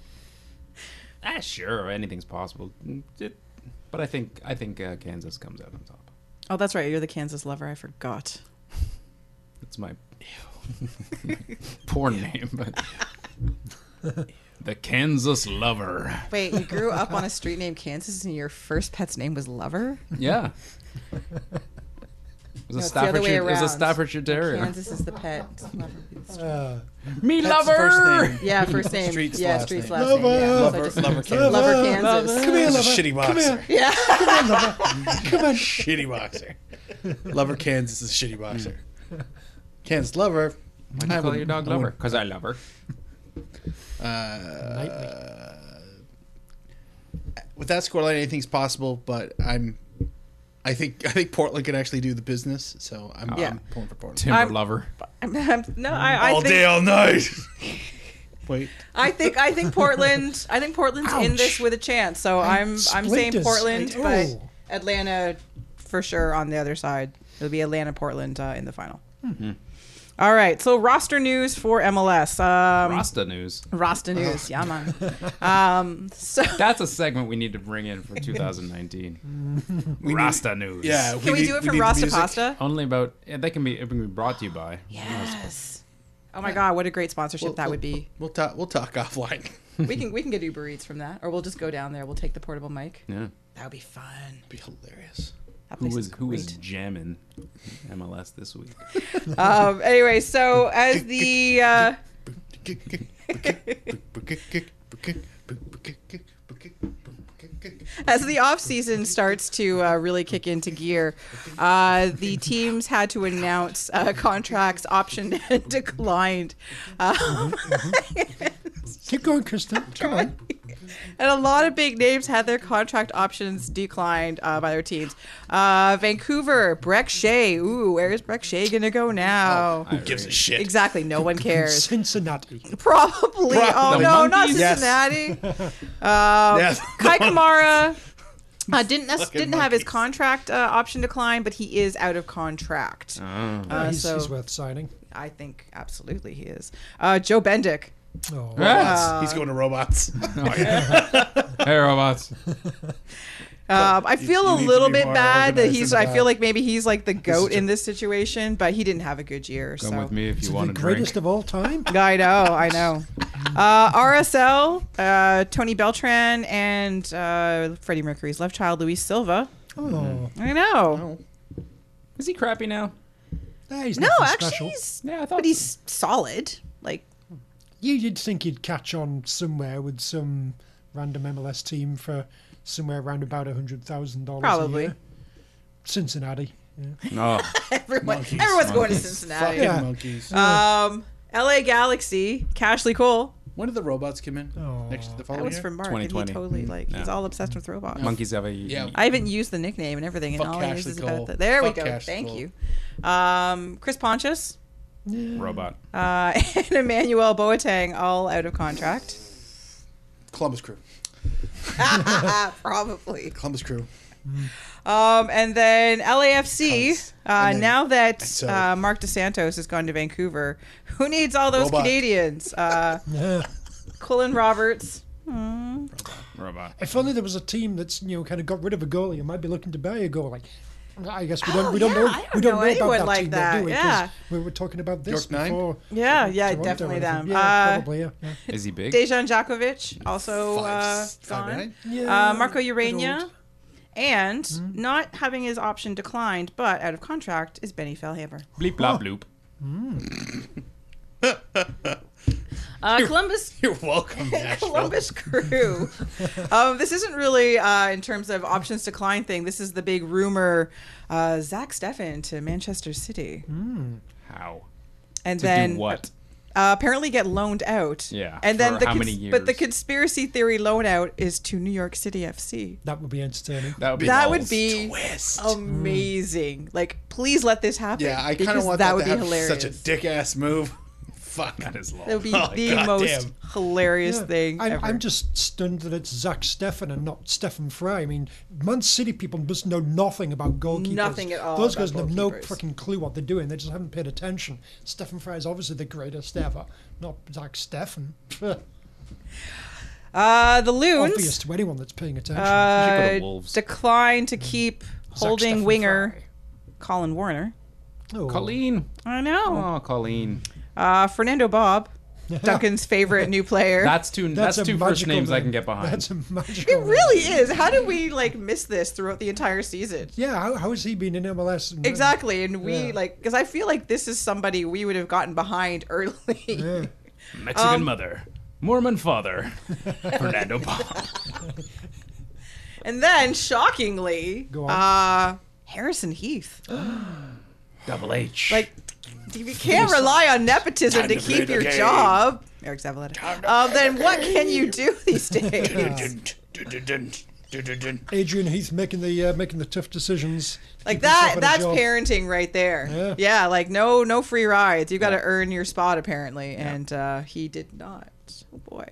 ah, sure, anything's possible. Mm, it- But I think I think uh, Kansas comes out on top.
Oh, that's right. You're the Kansas lover. I forgot.
That's my poor name, but the Kansas Lover.
Wait, you grew up on a street named Kansas, and your first pet's name was Lover.
Yeah. It was, a
it's the other way
Staffordshire, it was a
around.
Staffordshire Terrier.
Kansas is the pet. It's Lover. It's-
Uh,
Me
That's the first name.
Yeah, first name.
Street's
yeah,
last
street's
name.
last name. yeah. So I
Lover,
just-
lover Kansas.
Lover Kansas.
Lover.
Come here,
He's a
Lover.
shitty
Come
boxer.
here.
Yeah.
Come here, lover. Come on.
Shitty boxer. lover Kansas is a shitty boxer. Kansas lover.
Why do you call your dog Lover? Because I love her.
Nightly.
With that uh, scoreline, anything's possible. But I'm, I think I think Portland can actually do the business. So I'm,
Yeah.
I'm pulling for Portland.
Timber
I'm-
Lover.
I'm, I'm, no, I, I
all day,
think
all night. Wait,
I think I think Portland. I think Portland's in this
Ouch.
with a chance. So I'm I'm saying
splinters.
Portland,
I-
but
oh.
Atlanta for sure on the other side. It'll be Atlanta Portland uh, in the final.
Hmm.
All right. So roster news for MLS. Um,
Rasta News.
roster news. Yeah, man. Um, so
That's a segment we need to bring in for 2019. Rasta News.
yeah.
can we,
need-
do it
we
for
need the
Rasta
music.
Pasta?
Only about yeah, that can be it can be brought to you by.
Yes. Oh my God! What a great sponsorship
We'll-
that would be.
We'll talk. We'll talk offline.
we can we can get Uber Eats from that, or we'll just go down there. We'll take the portable mic.
Yeah.
That would be fun.
be hilarious.
That
Who
place
was
is
who was
great.
jamming MLS this week?
Um, anyway, so as the uh, as the off season starts to uh, really kick into gear, uh, the teams had to announce uh, contracts optioned and declined, um,
Mm-hmm,
Keep going, Kristen. Come on.
and a lot of big names had their contract options declined uh, by their teams. Uh, Vancouver, Breck Shea. Ooh, where is Breck Shea gonna go
Oh,
now?
Who gives a shit?
exactly, no one cares.
Cincinnati.
Probably. Oh
The
no, not
monkeys?
Yes.
Cincinnati.
Yes.
Kai Kamara uh, didn't nec-
Fucking
didn't have his
monkeys.
contract uh, option declined, but he is out of contract. Uh,
he's,
so
he's worth signing.
I think absolutely he is. Uh, Joe Bendick.
Oh,
He's going to robots.
hey robots.
Um, I feel a
need to
little
be
bit
more
bad that
organized
he's.
than
I feel
that.
like maybe he's like the goat in this situation, but he didn't have a good year.
Come
so.
with me if you
the
want to
greatest
drink.
of all time.
I know, I know. Uh, RSL, uh, Tony Beltran, and uh, Freddie Mercury's love child, Luis Silva.
Oh,
I know.
Is he crappy now?
nah, he's
No,
nothing
actually,
special.
he's,
Yeah, I thought
but he's solid. Like,
You, you'd think he'd catch on somewhere with some random MLS team for somewhere around about a hundred thousand dollars.
Probably.
Cincinnati. Yeah.
No.
Everyone, everyone's going to
Fucking
Cincinnati.
Yeah.
monkeys.
Um, LA Galaxy, Cashley Cole.
when did the robots come in?
Oh.
Next to the
That
following
was
year?
from Mark, and he
2020.
totally like he's
Yeah.
all obsessed with robots.
Monkeys have a
Yeah.
I haven't used the nickname and everything, and
Fuck
all I use
Cashley
is
Cole.
about that. There
Fuck
we go.
Cashley
Thank
Cole.
you, um, Chris Pontius
robot.
uh, and Emmanuel Boateng, all out of contract.
Columbus Crew.
Probably.
Columbus Crew.
Um, and then LAFC.
Cunts.
Uh,
And then-
now that
so-
uh, Mark DeSantos has gone to Vancouver, who needs all those
Robot.
Canadians? Uh,
Yeah.
Cullen Roberts.
Robot.
If only there was a team that's you know kind of got rid of a goalie and might be looking to buy a goalie. I guess we don't.
Oh,
we don't
yeah,
know.
I don't
we don't
know
know, about
anyone
that
like
team,
that,
though, do we? 'Cause
yeah.
we were talking about this
York Nine?
before.
Yeah, yeah,
Toronto,
definitely
I
them.
think.
Uh,
Yeah, probably. Yeah. yeah.
Is he big?
Dejan Djakovic, also uh,
Five- five
gone.
nine?
uh, Marco Urania.
old.
And
Hmm?
not having his option declined, but out of contract, is Benny Fellhammer.
Bleep blah bloop.
Uh, Columbus
You're welcome, Nashville.
Columbus Crew. um, this isn't really uh, in terms of options decline thing. This is the big rumor: uh, Zach Steffen to Manchester City,
How?
and
Hmm? To
then
do what?
uh, apparently get loaned out.
Yeah,
And then
for
the
how many
but the
years?
conspiracy theory loan out is to New York City FC.
That would be entertaining.
That would be.
that
balls.
would be um, amazing. Like, please let this happen.
Yeah, I kind
because
of want
that,
that,
would
to
be
have
hilarious.
such a dick ass move. Fuck.
That is long.
that would be
Oh,
the
God
most
damn.
hilarious thing
I'm,
ever.
I'm just stunned that it's Zach Steffen and not Stefan Fry. I mean, Man City people must know nothing about goalkeepers.
Nothing at all
Those
about
guys have no
goalkeepers.
freaking clue what they're doing. They just haven't paid attention. Stefan Fry is obviously the greatest ever, not Zach Steffen.
uh, the Loons.
Obvious to anyone that's paying attention.
should go to
uh,
Wolves.
declined to keep holding
Stephen
winger
Mm. Fry.
Colin Warner.
Oh.
Colleen.
I know.
Oh, Colleen.
Uh, Fernando Bob, Duncan's favorite new player.
That's two. That's,
a
two first
magical
names I
name.
can get behind.
That's a magical
it
name.
really is. How did we like miss this throughout the entire season?
Yeah, how, how has he been in MLS? and-
Exactly, and we
Yeah.
like because I feel like this is somebody we would have gotten behind early. Um,
Yeah.
Mexican mother, Mormon father, Fernando Bob.
And then, shockingly,
Go
uh, Harrison Heath.
Double H.
Like, you can't rely on nepotism to keep your job. Eric Zavaleta. Um, then what can you do these days?
Adrian Heath making the uh, making the tough decisions.
like
keep himself
that
in a
that's
job.
parenting right there.
Yeah.
like no no free rides. You got to earn your spot apparently, and uh, he did not. Oh boy.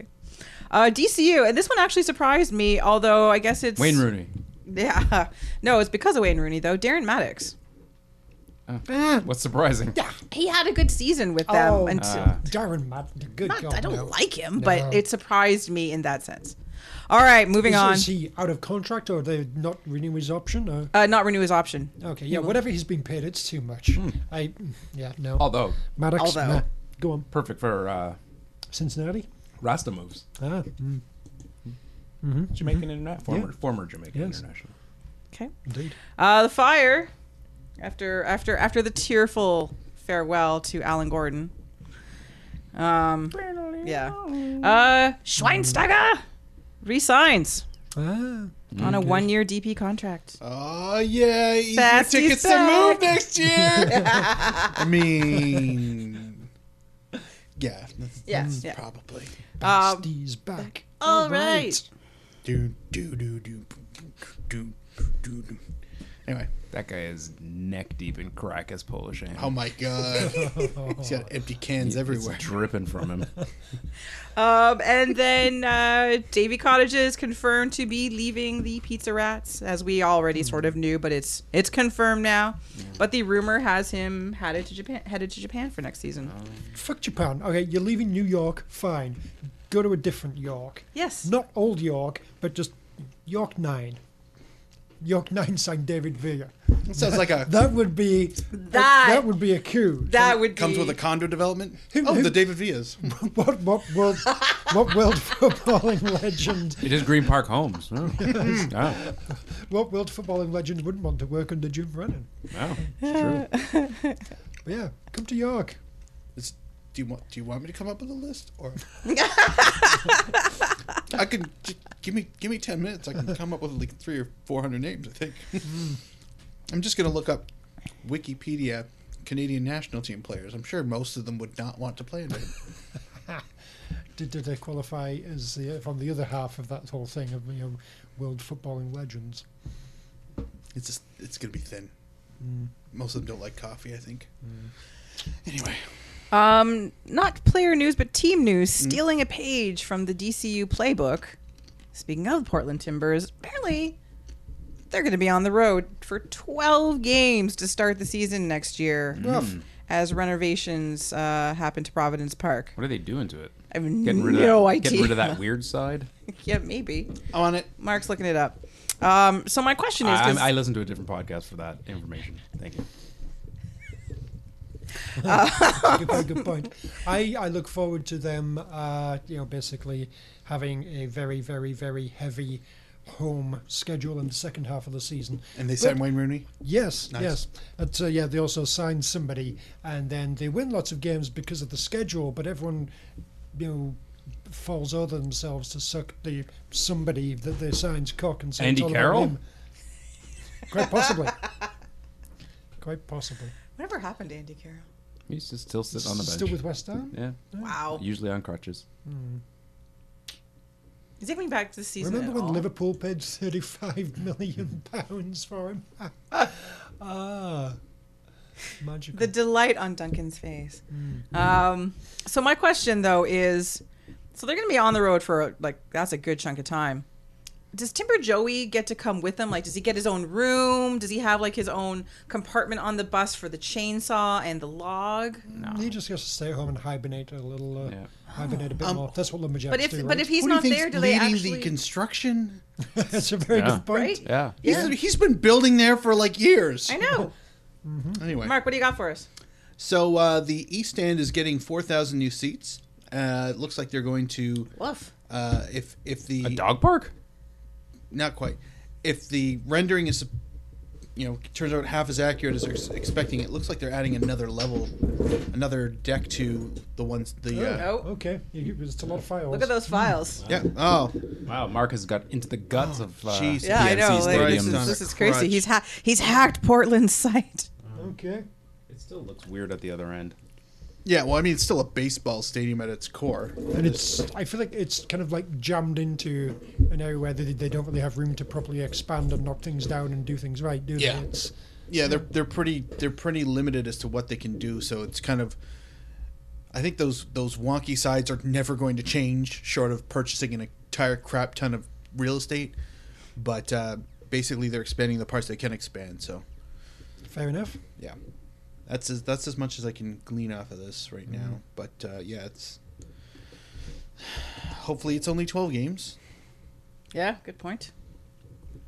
Uh, DCU, and this one actually surprised me. Although I guess it's
Wayne Rooney.
Yeah, no, it's because of Wayne Rooney though. Darren Maddox,
What's surprising? Yeah.
he had a good season with them
Oh,
Ah.
until
Darren Matt, good
not-
God,
I don't
no.
like him,
No.
but it surprised me in that sense. All right, moving
Is,
on.
is he out of contract or they not renewing his option? Or?
uh, not renew his option.
Okay, yeah, whatever he's been paid, it's too much.
Hmm.
I, mm, yeah, no.
Although
Maddox,
Although-
nah. go on,
perfect for uh,
Cincinnati.
Rasta moves.
Ah, mm,
Jamaican internet. Former former Jamaican
Yes.
international.
Okay.
indeed.
Uh, the fire after after after the tearful farewell to Alan Gordon. Um, yeah. Uh, Schweinsteiger resigns
Ah,
on a one-year DP contract.
Oh yeah, easy
Fast he's
tickets to
back.
move next year. I mean, yeah, that's-
Yeah,
that's
yeah.
probably.
Um,
Steve's Ah, back.
all right.
Do do do do do do do. Anyway,
That guy is neck deep in crack as Polish ale.
oh my god, he's got empty cans everywhere.
It's dripping from him.
Um, and then uh, Davy Cottage is confirmed to be leaving the Pizza Rats, as we already sort of knew, but it's it's confirmed now. But the rumor has him headed to Japan, headed to Japan for next season.
Fuck Japan. Okay, you're leaving New York. Fine, go to a different York.
Yes.
Not old York, but just York Nine. York Nine signed David Villa.
Sounds like a
That would be that,
That-
would be a coup.
That would
comes
be,
with a condo development.
Who-
Oh,
who-
the David Villas.
Hmm.
what what world what world footballing legend
It is Green Park Homes. Oh. Oh,
what world footballing legend wouldn't want to work under Jim Brennan?
wow. It's true.
But yeah, come to York.
It's, do you want? Do you want me to come up with a list, or I can just give me give me ten minutes. I can come up with like three or four hundred names. I think.
Hmm.
I'm just gonna look up Wikipedia Canadian national team players. I'm sure most of them would not want to play in it.
Did, did they qualify as the, from the other half of that whole thing of you know, world footballing legends?
It's just it's gonna be thin.
Hmm.
Most of them don't like coffee. I think. Anyway,
um, not player news, but team news. Stealing a page from the DCU playbook. Speaking of Portland Timbers, apparently they're going to be on the road for 12 games to start the season next year. As renovations uh, happen to Providence Park.
What are they doing to it?
I have
Getting rid of
no
that,
idea.
Getting rid of that weird side.
yeah, maybe.
I'm on it.
Mark's looking it up. Um, so my question is,
I,
'cause-
I, I listen to a different podcast for that information. Thank you.
good, point, good point. I, I look forward to them, uh, you know, basically having a very, very, very heavy home schedule in the second half of the season.
And they signed Wayne Rooney.
Yes,
Nice.
yes. But uh, yeah, they also signed somebody, and then they win lots of games because of the schedule. But everyone, you know, falls over themselves to suck the somebody that they signed cock and say,
Andy
"It's all about
Carroll?"
him." Quite possibly. Quite possibly.
whatever happened to Andy Carroll?
He used to still sit on the bench.
Still with West Ham?
Mm. yeah,
Wow.
usually on crutches.
You take me back to the season.
Remember
at
when
all?
Liverpool paid 35 million pounds for him? ah, magical.
The delight on Duncan's face.
Mm-hmm.
Um, so my question though is, so they're going to be on the road for like that's a good chunk of time. Does Timber Joey get to come with them? Like, does he get his own room? Does he have like his own compartment on the bus for the chainsaw and the log?
he just has to stay home and hibernate a little, uh,
Yeah.
hibernate a bit more. That's what lumberjacks
Um, But if
do.
but
right?
if he's
Who do you
not
think's
there, do they
leading
actually?
the construction?
that's a very
Yeah.
good point.
Right?
Yeah,
He's, he's been building there for like years.
I know.
Anyway,
Mark, what do you got for us?
so uh, the East End is getting four thousand new seats. Uh, it looks like they're going to
Woof.
uh, if if the
a dog park.
not quite. If the rendering is, you know, turns out half as accurate as they're expecting, it looks like they're adding another level, another deck to the ones the. Uh,
Oh,
Okay, you, it's a lot of files.
look at those files.
Yeah. Oh,
Wow, Mark has got into the guts of uh,
Jesus.
Yeah, I
PNC
know. Like, this
Stadium's
is
on
this
a
is crazy.
crutch.
He's ha- he's hacked Portland's site.
Okay.
It still looks weird at the other end.
yeah. Well, I mean, it's still a baseball stadium at its core.
And it's, I feel like it's kind of like jammed into an area where they, they don't really have room to properly expand and knock things down and do things right, do
Yeah.
they? It's,
Yeah, they're they're pretty they're pretty limited as to what they can do. So it's kind of. I think those those wonky sides are never going to change, short of purchasing an entire crap ton of real estate. But uh, basically, they're expanding the parts they can expand. So.
fair enough.
yeah that's as that's as much as i can glean off of this right now
Mm-hmm.
but uh, yeah it's hopefully it's only 12 games
Yeah, good point.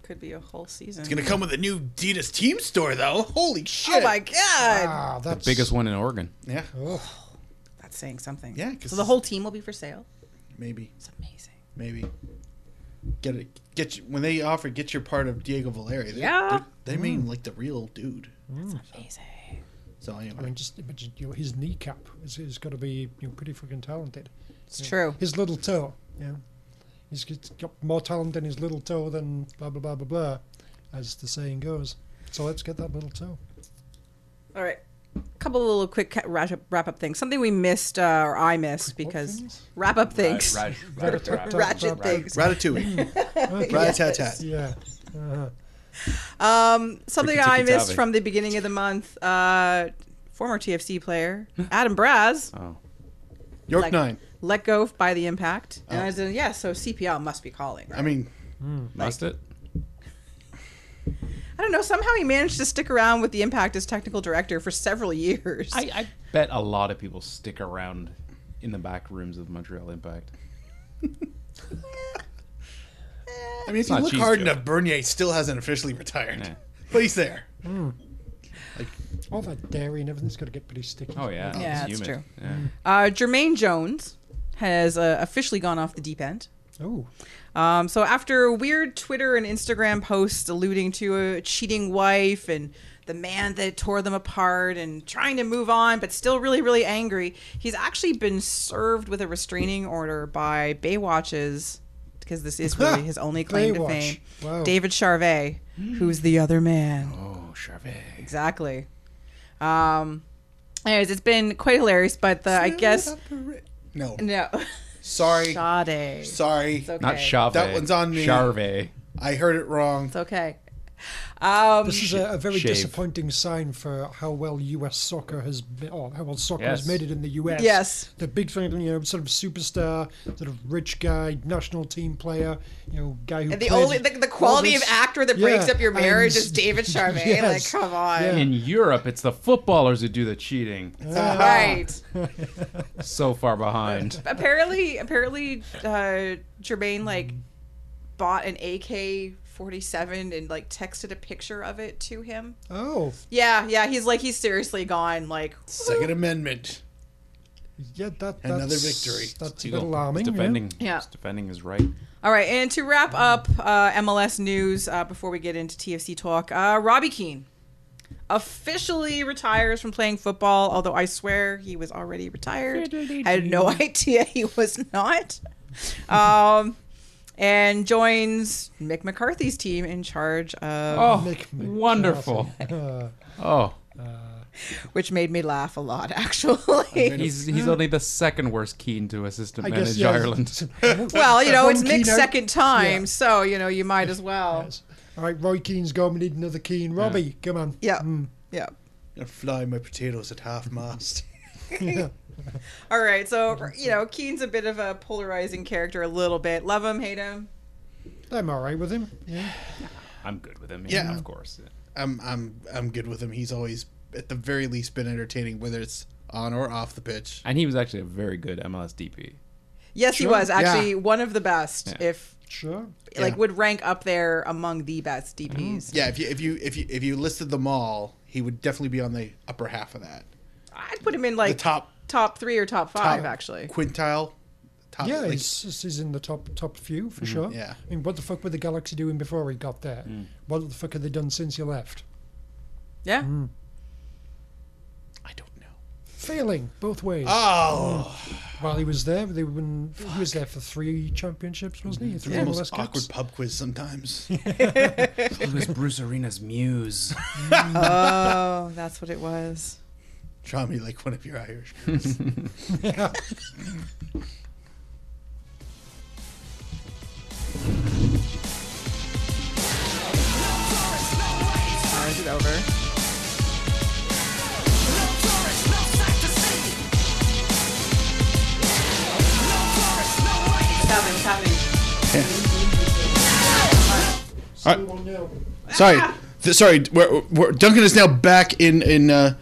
Could be a whole season.
it's gonna come with a new adidas team store though holy shit
Oh my god.
Ah, that's
Biggest one in Oregon.
yeah
Oh,
That's saying something.
Yeah, 'cause
So the whole team will be for sale.
maybe
It's amazing.
maybe get it get you, when they offer get your part of diego valeri they,
Yeah.
they, they
Mm.
mean like the real dude
Amazing.
so
I
anyway
mean, just imagine you know, his kneecap is, is got to be you know, pretty freaking talented.
It's true.
His little toe, yeah, he's g- got more talent in his little toe than blah blah blah blah blah, as the saying goes. So let's get that little toe.
All right. Couple of little quick ca- wrap up, wrap up things. Something we missed uh, or I missed because
things?
wrap up things.
Right,
Ratchet
Wrap up.
things.
ratatouille rat-a-tat-tat
Yeah, uh-huh.
Um, something
Ricky
I
Tikki
missed
Tavi.
from the beginning of the month. Uh, former TFC player Adam Braz
Oh,
york
Like-
9
let go by the impact,
Oh.
and I was in, yeah. So CPL must be calling. Right?
i mean
must it?
I don't know. Somehow he managed to stick around with the impact as technical director for several years.
I, I bet a lot of people stick around in the back rooms of Montreal Impact.
i mean if you
not
look
cheese
hard
joke.
enough bernier still hasn't officially retired
Yeah.
but he's there
all that dairy and everything's got to get pretty sticky.
Oh yeah,
Yeah,
it's
that's
humid.
true.
Yeah.
Uh, Jermaine Jones has uh, officially gone off the deep end.
Oh,
Um, so after weird Twitter and Instagram posts alluding to a cheating wife and the man that tore them apart and trying to move on but still really really angry, he's actually been served with a restraining order by Baywatch's because this is really his only claim to
Baywatch.
fame.
Wow.
David Charvet, who's the other man.
Oh, Charvet.
Exactly. Um, anyways, it's been quite hilarious, but the, I guess
no
no.
sorry
Sade. It's
Sorry,
okay.
Not Charvet.
That one's on me.
Charvet.
I heard it wrong.
It's okay. Um,
this is a, a very
Shave.
disappointing sign for how well U.S. soccer has, be- or how well soccer
Yes.
has made it in the U.S.
Yes.
the big thing, you know, sort of superstar, sort of rich guy, national team player, you know, guy who
and the
plays
only the, the
all
quality of
this-
actor that
Yeah,
breaks up your
and-
marriage is David Charvet.
Yes.
Like, come on.
Yeah.
In Europe, it's the footballers who do the cheating.
Right.
so far behind.
apparently, apparently, uh, Jermaine like bought an AK. 47 and like texted a picture of it to him.
Oh,
Yeah, yeah, he's like he's seriously gone like
Second Amendment.
yeah, that, that's
Another victory.
That's a
He's
bit alarming. yeah.
defending.
Yeah.
He's defending his right.
All right, and to wrap up uh, MLS news uh, before we get into TFC talk, uh, Robbie Keane officially retires from playing football. Although I swear he was already retired, I had no idea he was not. Um, and joins Mick McCarthy's team in charge of
Oh,
Mick McCarthy.
wonderful.
Uh,
Oh,
which made me laugh a lot, actually.
He's he's only the second worst Keane to assistant
I
manager
guess yeah,
Ireland.
well, you know, it's
One
Mick's
keynote.
second time,
Yeah.
so, you know, you might as well.
Yes. oh. All right, Roy Keane's gone. We need another Keane. Robbie, come on. Mm.
Yeah. Yeah.
I fly my potatoes at half mast.
All right. So, you know, Keane's a bit of a polarizing character, a little bit. Love him, hate him.
I'm all right with him. Yeah.
I'm good with him.
Yeah.
Yeah, of course.
I'm I'm I'm good with him. He's always at the very least been entertaining, whether it's on or off the pitch.
And he was actually a very good MLS DP.
Yes, he
Sure.
was actually
Yeah.
one of the best,
Yeah.
if
Sure.
like
Yeah. Mm-hmm.
would rank up there among the best DPs.
Yeah, if you if you if you if you listed them all, he would definitely be on the upper half of that.
I'd put him in like
The top-
top three or top five,
Top
actually.
quintile. Top,
Yeah,
like-
he's, he's in the top top few for sure.
Mm, yeah. Mm.
I mean, what the fuck were the Galaxy doing before he got there? What the fuck have they done since you left?
Yeah.
Mm. I don't know.
Failing both ways. Mm.
Oh,
While he was there, they won, he was there for three championships, wasn't he? Three
the
MLS
Mm-hmm. most
Cups.
awkward pub quiz sometimes.
He was Bruce Arena's muse.
Oh, that's what it was.
Draw me like one of your Irish girls.
Or is it over?
sorry, Th- sorry. We're, we're, Duncan is now back in in uh,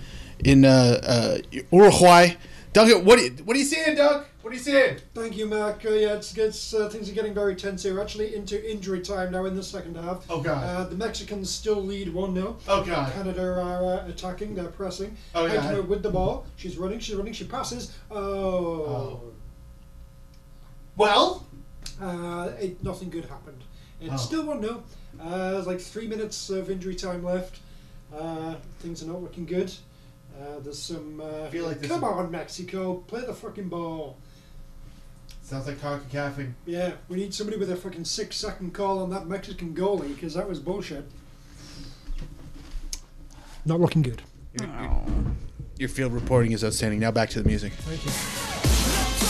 in uh, uh, Uruguay. Duncan, what are you, what are you seeing, Doug? What are you seeing?
Thank you, Mark. Uh, yeah, it's, it's, uh, things are getting very tense here. We're actually into injury time now in the second half.
Oh, God.
Uh, the Mexicans still lead 1 0.
Oh, God.
Canada are uh, attacking, they're pressing.
Oh, God.
Heidner with the ball. She's running, she's running, she passes. Oh.
Well,
Uh, it, nothing good happened. It's still 1 0. Uh, there's like three minutes of injury time left. Uh, things are not looking good. Uh, there's some. Uh,
feel like there's
come
some-
on, Mexico, play the fucking ball.
sounds like caffing.
Yeah, we need somebody with a fucking six second call on that Mexican goalie because that was bullshit. Not looking good.
Your field reporting is outstanding. Now back to the music.
Thank you.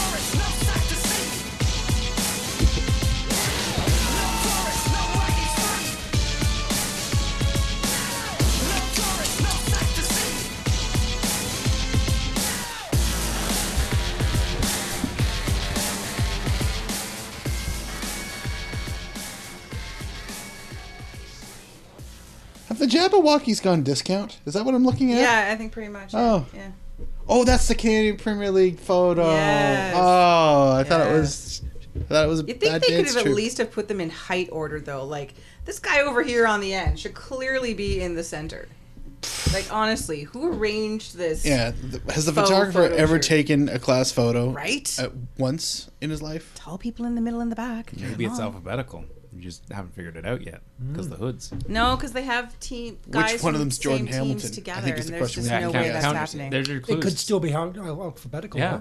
Have the Jabberwockies gone discount? Is that what I'm looking at?
Yeah, I think pretty much.
Oh.
Yeah.
Oh, that's the Canadian Premier League photo.
Yes.
Oh, I thought it was.
Yes.
I thought it was a
You think
bad
they could
dance
have at
troupe.
least have put them in height order though? Like this guy over here on the end should clearly be in the center. Like honestly, who arranged this?
Yeah. th- Has the
Faux
photographer
photo
ever
shoot.
taken a class photo?
Right?
At once in his life.
Tall people in the middle and the back.
Maybe it's alphabetical. You just haven't figured it out yet because the hoods.
No, because they have team guys.
one of
from
them's
the same
Jordan
teams
Hamilton? I
Together,
think is
and
the
there's
question
just
we have
no
to
way
ask.
that's
count,
happening.
There's your clues.
It could still be al- al- alphabetical.
Yeah.
huh?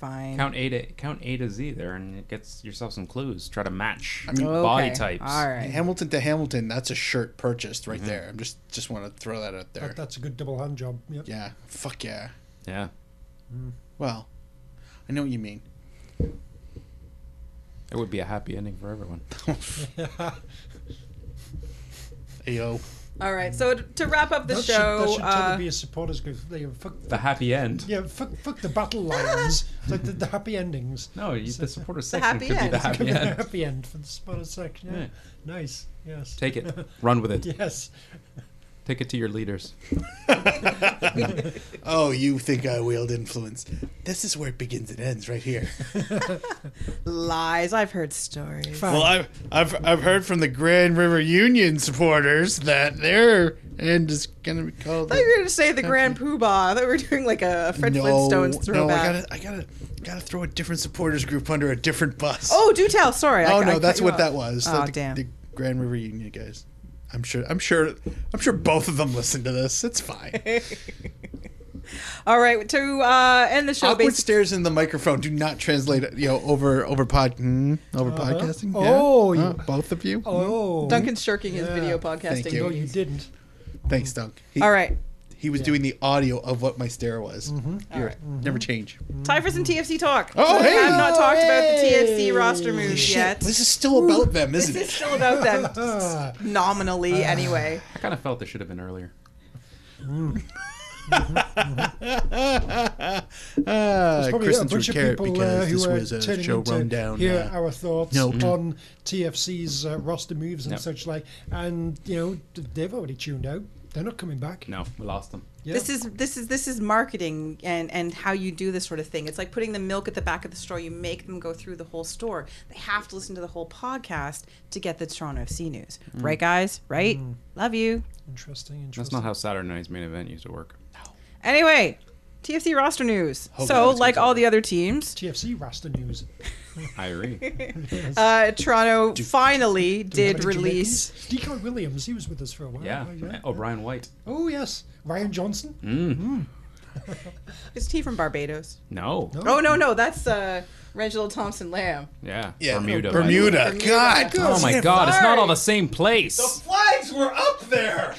Fine.
Count A to count A to Z there, and it gets yourself some clues. Try to match
mean-
body
Okay.
types.
All right.
Hamilton to Hamilton. That's a shirt purchased right there. I'm just just want to throw that out there.
That, that's a good double hand job. Yep.
yeah. Fuck yeah.
Yeah,
Well, I know what you mean.
it would be a happy ending for everyone.
Ayo.
All right. So t- to wrap up the
that
show,
should, that should
uh,
totally be a supporters group. They fuck,
The happy end.
yeah, fuck, fuck the battle lions. It's like the, the happy endings.
No, you, the supporter section
happy
could be the
end.
happy
The
end.
happy end for the supporters section. Yeah.
Yeah.
Nice. Yes.
Take it, run with it.
Yes.
Take it to your leaders.
Oh, you think I wield influence? This is where it begins and ends, right here.
uh, lies. I've heard stories.
Well, I've, I've I've heard from the Grand River Union supporters that their end is gonna be called.
I thought you were going to say the Grand Poobah. I thought we were doing like a Fred Flintstones
no, I
throwback.
gotta, I gotta, gotta throw a different supporters group under a different bus.
Oh, do tell. Sorry. I-
Oh,
I
no,
cut
that's
you
what
off.
that was.
Oh,
the,
damn.
The Grand River Union guys. I'm sure. I'm sure. I'm sure both of them listen to this. It's fine.
All right. To uh, end the show,
Awkward
basically.
stares in the microphone do not translate. You know, over over pod hmm, over podcasting. Yeah.
Uh-huh. Oh, you-
Huh? both of you.
Oh.
Duncan's shirking his
Yeah.
video podcasting.
you.
No,
duties.
you didn't.
Thanks, Doug. He-
All right.
he He was doing the audio of what my stare was.
Mm-hmm.
Here, Never change.
Time for some TFC talk.
Oh,
We
hey!
have Oh, not talked about
Oh,
the TFC roster moves yet.
This is Ah. still about them,
This
isn't
is
it?
still about them, just nominally anyway.
I kind of felt this should have been earlier.
Uh,
Probably
Kristen
a bunch
threw
of
carrot
people uh,
because
who
this
are
was a
tuning
show
in to
run down.
hear
uh,
our thoughts
no.
Mm-hmm.
on TFC's uh, roster moves and
Yep.
such like. And you know th- they've already tuned out. They're not coming back.
No, we lost them.
Yeah.
This is this is this is marketing and and how you do this sort of thing. It's like putting the milk at the back of the store. You make them go through the whole store. They have to listen to the whole podcast to get the Toronto FC news.
Mm.
Right, guys? Right? Love you.
interesting.
That's
Interesting.
not how Saturday night's main event used to work.
Anyway, TFC roster news. so,
God, it's
like
gonna
all the other teams,
TFC roster news.
I agree.
uh, Toronto finally did
Remember the
release.
Jamaicans? Decoy Williams. He was with us for a while.
Yeah. Oh, O'Brien White.
Oh yes, Ryan Johnson.
Is he from Barbados?
No.
No.
Oh no, no, that's uh, Reginald Thompson Lamb.
Yeah.
yeah,
Bermuda. by the way.
Bermuda.
Bermuda.
God.
Oh my
damn.
God! It's not all
Sorry.
the same place.
Flags were up there.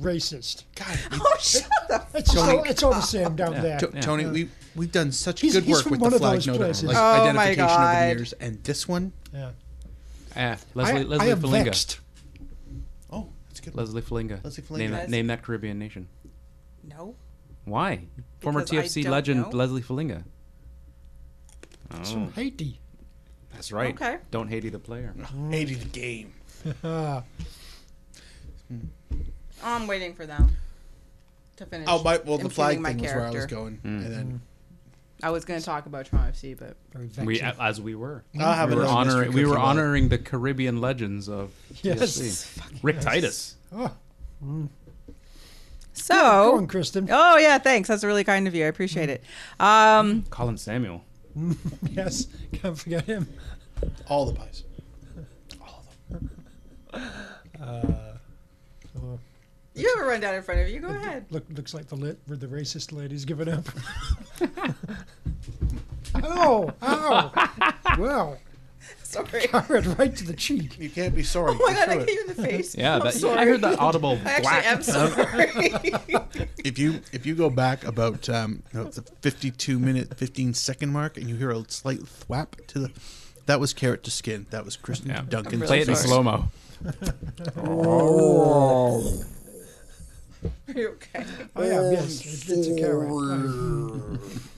Racist.
God.
Oh, shut the f-
It's all, it's all the same down there.
T- Tony, we we've done such
He's-
good
he's
work
from
with
one
the
of
flag
those
note,
places.
like
Oh my
identification over
God.
the years, and this one.
Yeah.
Ah,
I,
Leslie,
I
Leslie
am
Falinga.
vexed.
Oh, that's a good.
Leslie Falinga.
Leslie Falinga.
Name that,
Leslie-
name that Caribbean nation.
No.
Why? Former
Because I
TFC
don't
legend
know.
Leslie Falinga. Mm.
It's from Haiti.
That's right.
Okay.
Don't Haiti the player.
Mm.
one. Hated the game.
Ah,
I'm waiting for them to finish.
Oh, my, well, the flag thing
impugning my
was where I was
character.
going, and then
I was going to talk about Toronto FC, but
very vexing.
We, as we were.
Mm.
I'll have
We were
another
honoring,
mystery
we were
cookie wallet.
honoring the Caribbean legends of
Yes.
TFC. Rick Titus.
Oh,
so.
go on, Kristen.
Oh yeah, thanks. That's really kind of you. I appreciate it. Um,
Colin Samuel.
Yes, can't forget him.
all the pies.
Oh,
you have a rundown in front of you. Go ahead.
look, looks like the lit, the racist lady's given up. oh, ow! Wow,
Sorry.
I went right to the cheek.
You can't be sorry.
Oh my
Go
god, I
through
hit you in the face.
Yeah,
I'm
that,
sorry.
I heard that audible
I actually
whack.
am sorry.
it. If you if you go back about um, you know, the 52 minute 15 second mark, and you hear a slight thwap to the, that was carrot to skin. That was Kristen
Yeah.
Duncan.
Play it in slow mo.
Are you okay?
I am, Oh, yes. It's, it's a carrot. I-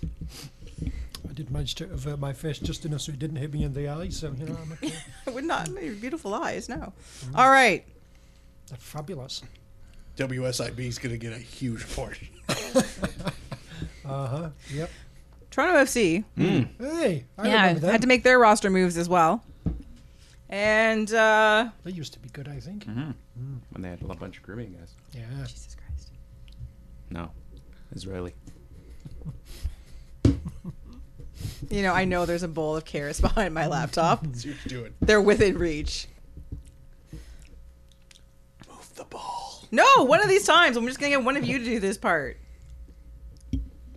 I did manage to avert my face just enough so it didn't hit me in the eye, so, you know, I'm okay.
Would not your beautiful eyes. No.
Mm-hmm.
All right.
They're fabulous.
WSIB is going to get a huge portion.
Uh huh. Yep.
Toronto FC.
Hey, I
Yeah,
remember that.
had to make their roster moves as well. And uh,
They used to be good, I think.
Mm-hmm.
When they had a bunch of Caribbean guys.
Yeah.
Jesus Christ.
No. Israeli.
You know, I know there's a bowl of carrots behind my laptop.
So you're doing
They're within reach.
move the ball.
No, one of these times I'm just gonna get one of you to do this part.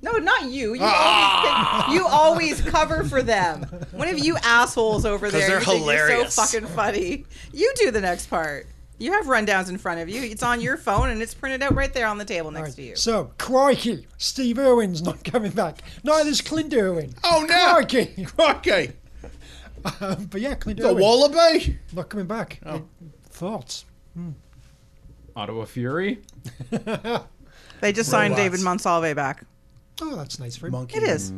No, not you. You,
Ah!
always, you always cover for them. One of you assholes over there.
they're
you think
hilarious.
You're so fucking funny. You do the next part. You have rundowns in front of you. It's on your phone and it's printed out right there on the table next
Right,
to you.
So, crikey, Steve Irwin's not coming back. Neither is Clint Irwin.
Oh no!
Crikey.
Okay,
Um, but yeah, Clint
the Oh.
Irwin
wallaby.
not coming back. Thoughts?
Ottawa Fury.
They just signed David Monsalve back.
Oh, that's nice for him.
Monkey.
It is.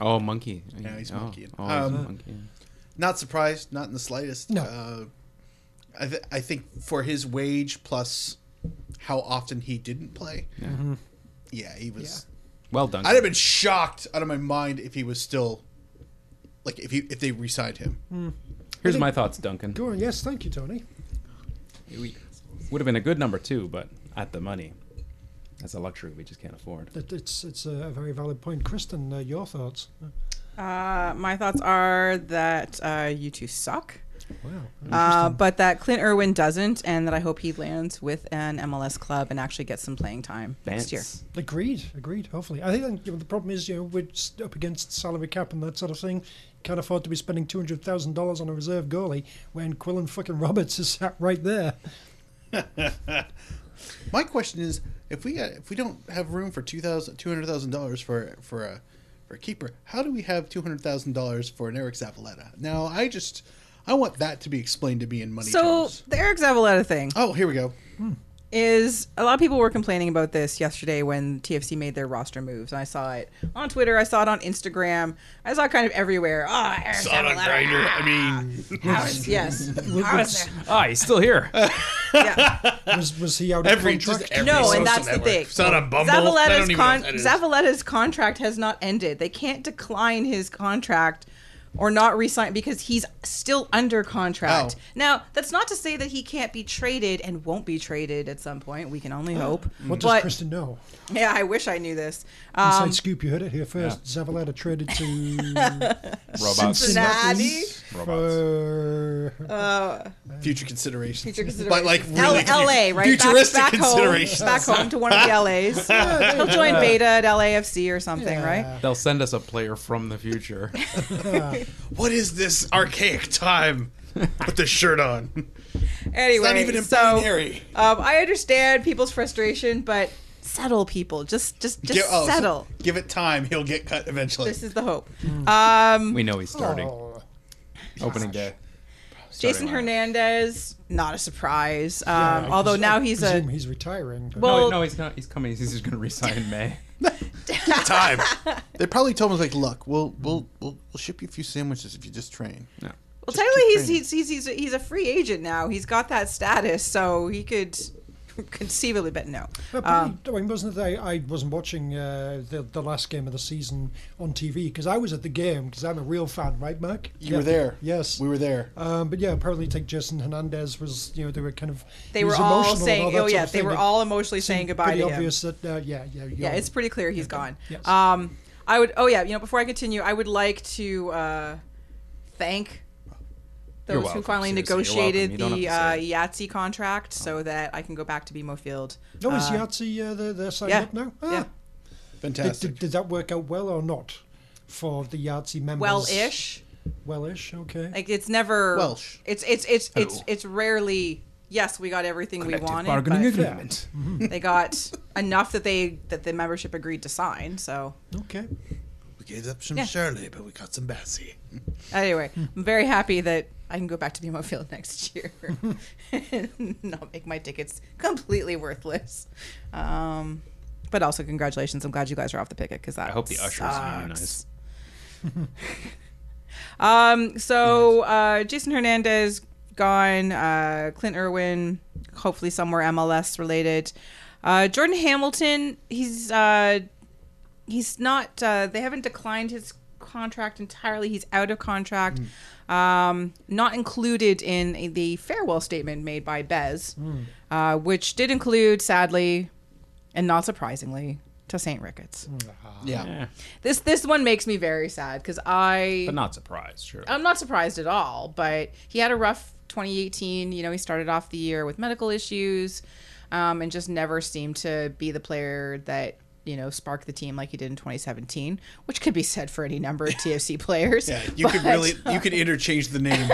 Oh, monkey.
Yeah, he's
oh,
monkeying.
Oh, he's
Um,
monkeying.
Not surprised, not in the slightest.
No.
Uh, I, th- I think for his wage plus how often he didn't play, yeah,
Mm-hmm.
he was.
Well done.
I'd have been shocked out of my mind if he was still, like if he if they re-signed him.
Here's my thoughts, Duncan.
Go on. Yes, thank you, Tony.
We- Would have been a good number two, but at the money. That's a luxury we just can't afford.
That, it's it's a very valid point. Kristen, uh, your thoughts?
Uh, my thoughts are that uh, you two suck.
Wow.
Uh, but that Clint Irwin doesn't, and that I hope he lands with an MLS club and actually gets some playing time next year.
Vance.
Agreed, agreed. Hopefully, I think you know, the problem is you know we're s- up against salary cap and that sort of thing. Can't afford to be spending two hundred thousand dollars on a reserve goalie when Quillen fucking Roberts is sat right there.
My question is, if we uh, if we don't have room for two thousand two hundred thousand dollars for for a for a keeper, how do we have two hundred thousand dollars for an Eric Zavaleta? Now, I just I want that to be explained to me in money
So
terms.
the Eric Zavaleta thing
Oh, here we go.
is a lot of people were complaining about this yesterday when TFC made their roster moves. And I saw it on Twitter. I saw it on Instagram. I saw it kind of everywhere. Ah, Eric Zavaleta.
I mean,
How is- Yes. How is
Was,
there-
Ah, he's still here.
yeah.
was, was he out of
every just
contract?
every
No, and
social
that's the
network.
thing.
It's not a bumble. I don't
Zavaletta's,
even
con-
know what that is.
Zavaletta's contract has not ended. They can't decline his contract or not resign because he's still under contract.
Oh.
Now, that's not to say that he can't be traded and won't be traded at some point. We can
Oh.
only hope.
What does
but
Kristen know?
yeah, I wish I knew this.
Inside
Um,
scoop, you heard it here first. Zavaleta traded to
Robots.
Cincinnati?
for
Future consideration.
future
But
consideration.
like
L-
really
LA, right? Back,
futuristic
back home,
considerations.
back home to one of the LAs. He'll join Beta at LAFC or something, right?
They'll send us a player from the future.
What is this archaic time with the shirt on?
Anyway,
Not even in
so
binary.
Um, I understand people's frustration, but settle, people. Just, just, just
Give- oh, so
settle.
give it time. He'll get cut eventually.
This is the hope. Um,
We know he's starting.
Oh,
Opening day. Starting
Jason
lineup.
Hernandez, not a surprise. Um,
I
although
pres-
now
I
he's
presume
a
he's retiring. but-
No,
well,
no, he's not. He's coming. He's just going to resign in May.
time. they probably told him like, look, we'll we'll we'll, we'll ship you a few sandwiches if you just train.
No.
well, technically he's
training.
he's, he's he's a- he's a free agent now. He's got that status, so he could conceivably, but no.
But
Um,
pretty- I mean, wasn't they, I wasn't watching uh, the the last game of the season on TV because I was at the game because I'm a real fan, right, Mark?
You were there.
Yes.
we were there.
Um, but yeah, apparently, take Jason Hernandez was you know they were kind of
they
he
were
was
all
emotional and
saying,
all that
oh
sort
yeah,
of
they
thing.
were
It
all emotionally saying
seemed
goodbye
pretty
to him.
obvious that uh, yeah yeah
Yeah, it's pretty clear he's gone.
Yes.
Um, I would. Oh yeah, you know, before I continue, I would like to uh, thank
You're
those who
welcome,
finally
seriously, you're
negotiated
welcome.
the
You
uh,
don't have to say Oh.
Yahtzee contract so that I can go back to BMO Field.
no is
Uh,
Yahtzee uh, they're, they're signed
yeah,
up now ah,
yeah.
Did,
Fantastic.
did, did that work out well or not for the Yahtzee members
Well-ish.
well-ish okay
Like it's never
Welsh.
It's it's it's it's it's rarely. Yes, we got everything we wanted.
bargaining
but
agreement.
they got enough that they that the membership agreed to sign. So
okay
We gave up some
Yeah.
Shirley, but we got some Bessie.
Anyway, I'm very happy that I can go back to BMO Field next year and not make my tickets completely worthless. Um, but also, congratulations. I'm glad you guys are off the picket because that
I hope the ushers
sucks.
unionize.
Um, so uh, Jason Hernandez gone, uh, Clint Irwin, hopefully somewhere MLS related. Uh, Jordan Hamilton, he's uh, he's not. Uh, they haven't declined his contract entirely. He's out of contract. Um, not included in the farewell statement made by Bez, uh, which did include, sadly, and not surprisingly, to St. Ricketts.
yeah.
Yeah.
This this one makes me very sad because I
But not surprised, sure.
I'm not surprised at all, but he had a rough 2018. You know, he started off the year with medical issues um, and just never seemed to be the player that, you know, sparked the team like he did in 2017, which could be said for any number of TFC players.
Yeah, you could
but-
really you could interchange the name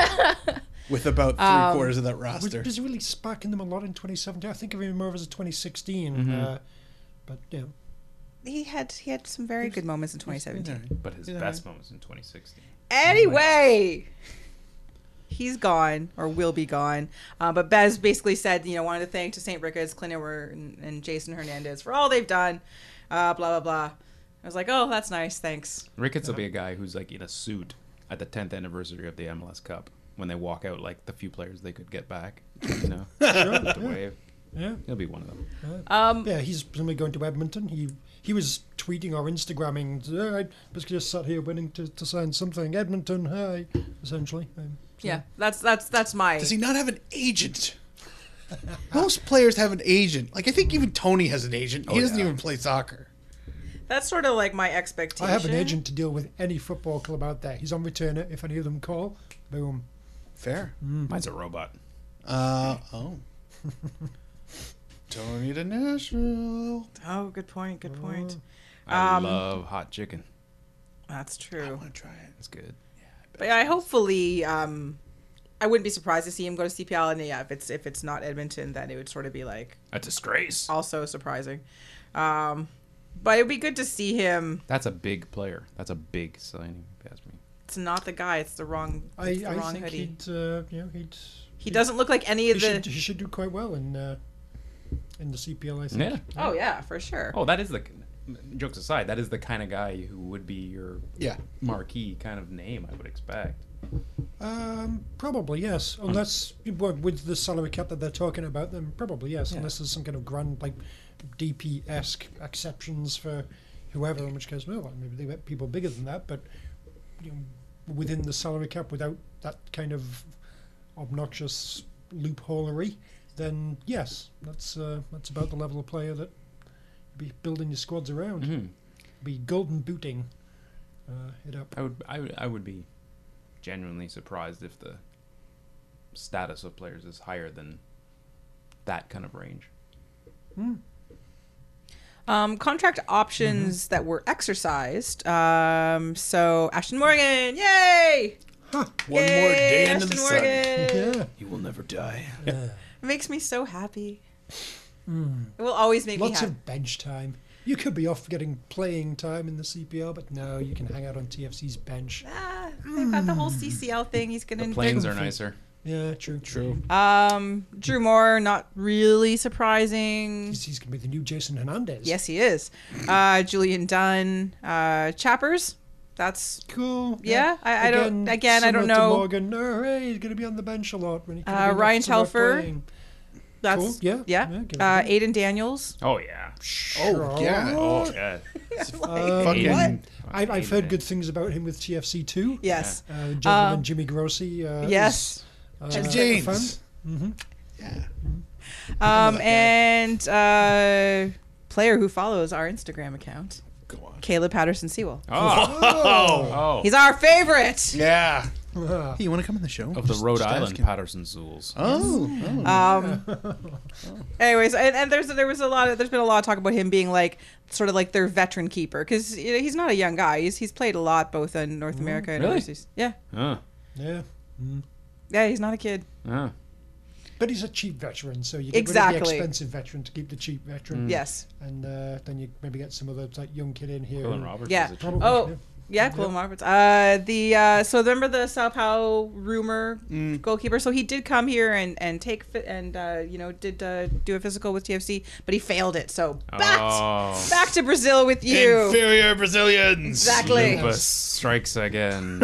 with about three
Um,
quarters of that
Was,
roster.
was really sparking them a lot in 2017. I think of him more as a 2016. Uh, but yeah,
He had he had some very good moments in 2017.
But his best moment was in 2016.
Anyway, he's gone or will be gone. Uh, but Bez basically said, you know, wanted to thank to St. Ricketts, Clint Ewer, and, and Jason Hernandez for all they've done. Uh, blah blah blah. I was like, oh, that's nice, thanks.
Ricketts will be a guy who's like in a suit at the 10th anniversary of the MLS Cup when they walk out like the few players they could get back. You know, With the wave.
yeah,
He'll be one of them.
Um,
yeah. He's presumably going to Edmonton. He he was tweeting or Instagramming. "Yeah, I was just sat here waiting to, to sign something. Edmonton, hi. Essentially, um, so-
yeah, that's that's that's my.
Does he not have an agent? Most players have an agent. Like I think even Tony has an agent. He doesn't even play soccer.
that's sort of like my expectation.
I have an agent to deal with any football club out there. He's on retainer. If any of them call, boom.
Fair.
Mine's a robot.
Uh oh. Tony to Nashville.
Oh, good point. Good point.
I love hot chicken.
Oh. That's true.
Oh,
I'm gonna try it.
It's good.
But I hopefully um, I wouldn't be surprised to see him go to CPL. And yeah, if it's if it's not Edmonton, then it would sort of be like
A disgrace.
also surprising. Um, but it'd be good to see him.
That's a big player. That's a big signing. If you ask me.
It's not the guy. It's the wrong.
I,
It's the
I
wrong
think
hoodie.
he'd, uh, you know, he'd.
he doesn't look like any
He
of the.
should, he should do quite well in uh, in the CPL. I think.
Yeah.
Oh yeah, for sure.
Oh, that is the. Jokes aside, that is the kind of guy who would be your
Yeah.
marquee kind of name. I would expect.
Um, probably yes, unless well, with the salary cap that they're talking about, then probably yes, unless there's some kind of grand like DP esque exceptions for whoever. In which case, no, well, maybe they get people bigger than that, but you know, within the salary cap, without that kind of obnoxious loopholery, then yes, that's uh, that's about the level of player that you'd be building your squads around. Be golden booting uh, it up.
I would, I would, I would be genuinely surprised if the status of players is higher than that kind of range. Oh.
Um, contract
Mm-hmm.
options that were exercised. Um, so Ashton Morgan, yay!
One
Yay,
more day in
Ashton
the sun.
Morgan.
Yeah.
You will never die.
It makes me so happy. It will always make
Hmm. Lots
me happy.
of bench time. You could be off getting playing time in the CPL, but no, you can hang out on TFC's bench.
Ah, they've got the
Hmm.
whole CCL thing. He's gonna.
Planes are nicer.
Yeah, true. True.
Um, Drew Moore, not really surprising.
He's, he's going to be the new Jason Hernandez.
Yes, he is. Uh, Julian Dunn, uh, Chappers. That's
Cool.
Yeah, I- I don't- again, I don't
similar to
know.
Morgan, no, hey, he's going to be on the bench a lot when he
Uh, Ryan Telfer. that's
Cool, yeah, yeah,
yeah.
give it
uh,
a go.
Aiden Daniels.
Oh yeah.
Oh, yeah.
Oh yeah.
Uh,
Fucking.
Aiden.
I, I've
Aiden,
heard good
eh?
things about him with TFC too.
Yes.
Uh, gentleman Jimmy Grossi. Uh,
Um, Yes.
is,
Jim
uh,
James.
a fan.
Um, and uh, player who follows our Instagram account,
Go on.
Caleb Patterson Sewell.
Oh. Oh.
He's our favorite.
Yeah.
Ah,
Hey, you want to come on the show?
Of the
Just-
Rhode
just ask
Island
him.
Patterson Zools.
Oh. oh.
Um, anyways, and, and there's there was a lot of there's been a lot of talk about him being like sort of like their veteran keeper because you know, he's not a young guy. He's he's played a lot both in North
Mm-hmm.
America and
Really?
overseas. Yeah,
Huh.
yeah.
yeah, he's not a kid.
Huh.
But he's a cheap veteran, so you get rid of
Exactly.
the expensive veteran to keep the cheap
Hmm.
veteran.
Mm.
Yes,
and uh, then you maybe get some other like young kid in here.
Colin
who-
Roberts.
yeah.
is a cheap-
Probably.
Oh. Yeah, Cole Roberts. Uh, the uh, so remember the Sao Paulo rumor
Mm.
goalkeeper. So he did come here and and take fi- and uh, you know did uh, do a physical with TFC, but he failed it. So back
Oh.
back to Brazil with you.
Inferior Brazilians.
Exactly.
Lupus strikes again.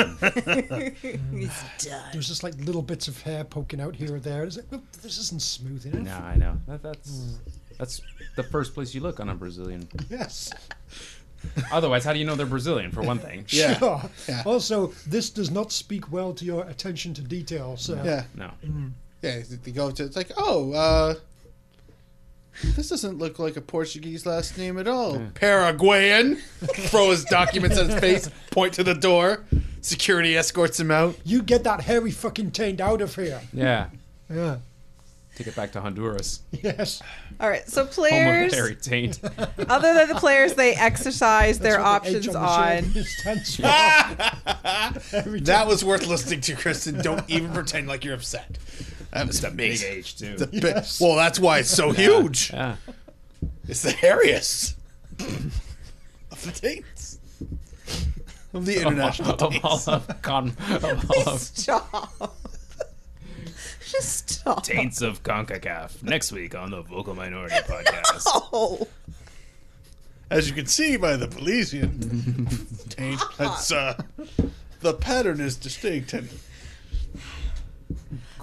There's just like little bits of hair poking out here or there. It's like, well, this isn't smooth enough.
no, I know. That, that's that's the first place you look on a Brazilian.
Yes.
Otherwise, how do you know they're Brazilian? For one thing.
Yeah.
Sure.
Yeah.
Oh. Also, this does not speak well to your attention to detail. So
Yeah.
No.
Yeah. They go to. It's like, oh, uh, this doesn't look like a Portuguese last name at all. Paraguayan. Throw his documents at his face. Point to the door. Security escorts him out.
you get that hairy fucking taint out of here.
Yeah.
Yeah.
Take it back to Honduras.
Yes.
All right, so
Home of
players
the hairy taint.
other than the players they exercise their
That's what the
options
H
on.
the shirt stands for.
That was worth listening to, Kristen. Don't even pretend like you're upset. That was the big
Age too.
The bi- Well, that's why it's so huge.
Yeah.
It's the hairiest of the dates of the international
Of all of, con- of all of
Stop. Just stop.
taints of CONCACAF next week on the Vocal Minority Podcast.
Oh.
As you can see by the Belizean taint, that's, uh, the pattern is distinct. And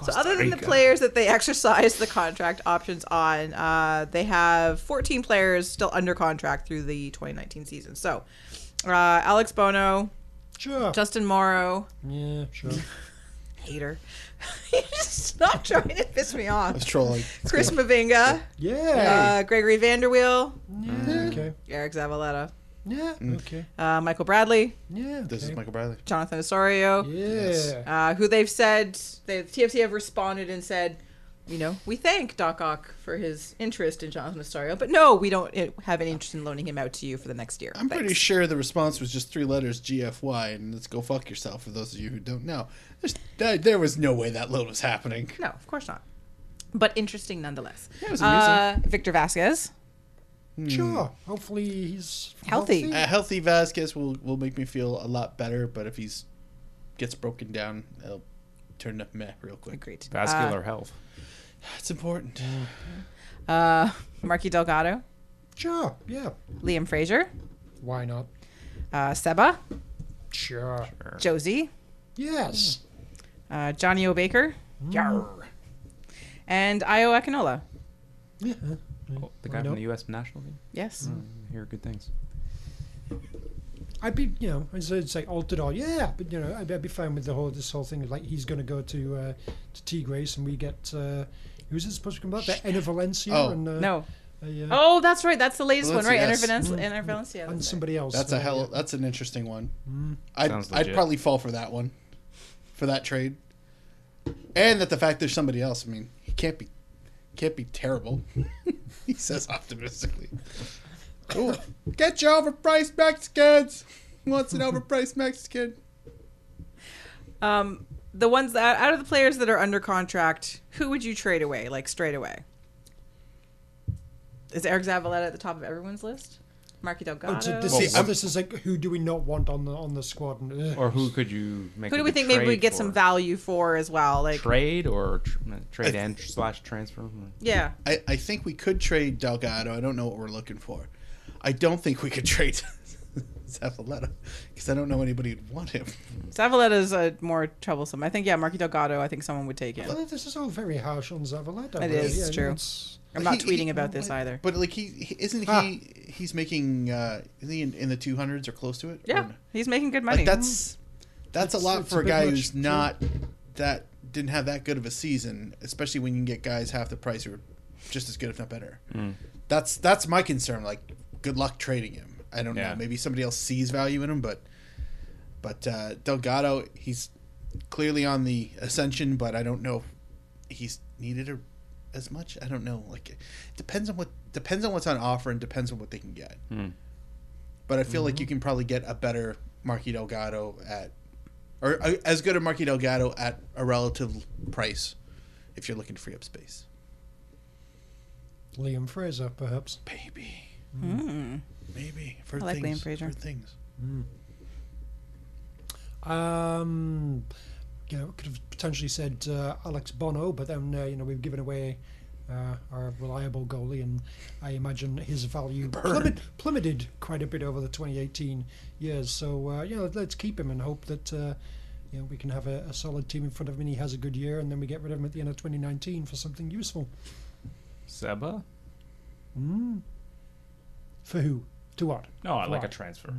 So other than the
Rica.
players that they exercise the contract options on, uh, they have 14 players still under contract through the 2019 season. So uh, Alex Bono,
Sure.
Justin Morrow,
yeah. Sure.
hater. Stop trying to piss me off.
trolling.
Chris Mavinga,
Yeah.
uh, Gregory Vanderweel,
Mm.
yeah. Okay.
Eric Zavaleta,
Yeah. Okay.
uh, Michael Bradley,
Yeah.
This
okay.
is Michael Bradley.
Jonathan Osorio,
Yeah.
Yes.
uh, who they've said the TFC have responded and said you know, we thank Doc Ock for his interest in Jonathan Astario, but no, we don't eh, have any interest in loaning him out to you for the next year.
I'm pretty sure the response was just three letters GFY and let's go fuck yourself for those of you who don't know. There's, there, there was no way that load was happening.
No, of course not. But interesting nonetheless.
it was amusing.
Uh, Victor Vasquez.
Sure.
Mm.
Hopefully he's
Healthy.
A healthy Vasquez will, will make me feel a lot better, but if he's gets broken down, it'll turn up meh real quick.
Agreed.
Vascular health.
That's important.
Uh, Marky Delgado,
Sure. Yeah.
Liam Fraser,
Why not?
uh, Seba,
Sure.
Josie,
Yes.
uh, Johnny O'Baker,
Yarr.
and Io Akinola.
Yeah.
Oh, the guy from
Why not?
the U.S. national team.
Yes.
I hear good things.
I'd be, you know, as I'd say altered or yeah, but you know, I'd, I'd be fine with the whole this whole thing. Like he's going to go to uh, to T Grace, and we get uh, who's it supposed to come back? That Enna Valencia
Oh,
and uh,
No.
uh, yeah,
Oh, that's right. That's the latest one, right?
Valencia,
Enter
yes.
Valencia. Enter Valencia.
and
that's right.
somebody else.
That's a
uh,
hell.
yeah.
That's an interesting one. I'd,
Sounds
I'd
legit.
probably fall for that one, for that trade, and that the fact there's somebody else. I mean, he can't be, can't be terrible. he says optimistically. Ooh, get your overpriced Mexicans. Who Wants an overpriced Mexican.
Um, the ones that out of the players that are under contract, who would you trade away? Like straight away. Is Eric Zavaleta at the top of everyone's list? Marky Delgado.
Oh, so this,
Well,
is,
I'm-
this is like who do we not want on the on the squad? And, uh, ugh.
Or who could you make?
who
a
do we
good
think maybe we
trade
get
for?
some value for as well? Like
Trade or tr- trade and slash transfer.
yeah,
I, I think we could trade Delgado. I don't know what we're looking for. I don't think we could trade Zafaleta because I don't know anybody would want him.
Zavaleta's uh, more troublesome. I think yeah, Marky Delgado. I think someone would take him.
Well, this is all very harsh on Zavaleta.
It
really.
is,
Yeah,
it's true.
it's-
I'm not
He-
tweeting
he-
about this either.
But like he, he isn't he he's making uh is he in, in the 200s or close to it? Or
Yeah,
no?
he's making good
Like
money.
that's that's a
It's-
lot
it's
for
a
a
bit
guy
much,
who's
sure.
not that didn't have that good of a season, especially when you can get guys half the price who are just as good if not better. That's that's my concern. Like good luck trading him. I don't
Yeah.
know. Maybe somebody else sees value in him, but but uh, Delgado, he's clearly on the ascension, but I don't know if he's needed a, as much. I don't know. Like it depends on what depends on what's on offer and depends on what they can get. But I feel like you can probably get a better Marky Delgado at or uh, as good a Marky Delgado at a relative price if you're looking to free up space.
Liam Fraser, perhaps.
Maybe. Maybe. For
Hmm. I like
things.
Liam Fraser.
For things.
Um, you know, could have potentially said uh, Alex Bono, but then uh, you know we've given away uh, our reliable goalie, and I imagine his value plummet, plummeted quite a bit over the 2018 years. So uh, you know, let's keep him and hope that uh, you know we can have a, a solid team in front of him, and he has a good year, and then we get rid of him at the end of 2019 for something useful.
Seba?
For who? To what?
No, I like a
Right.
transfer.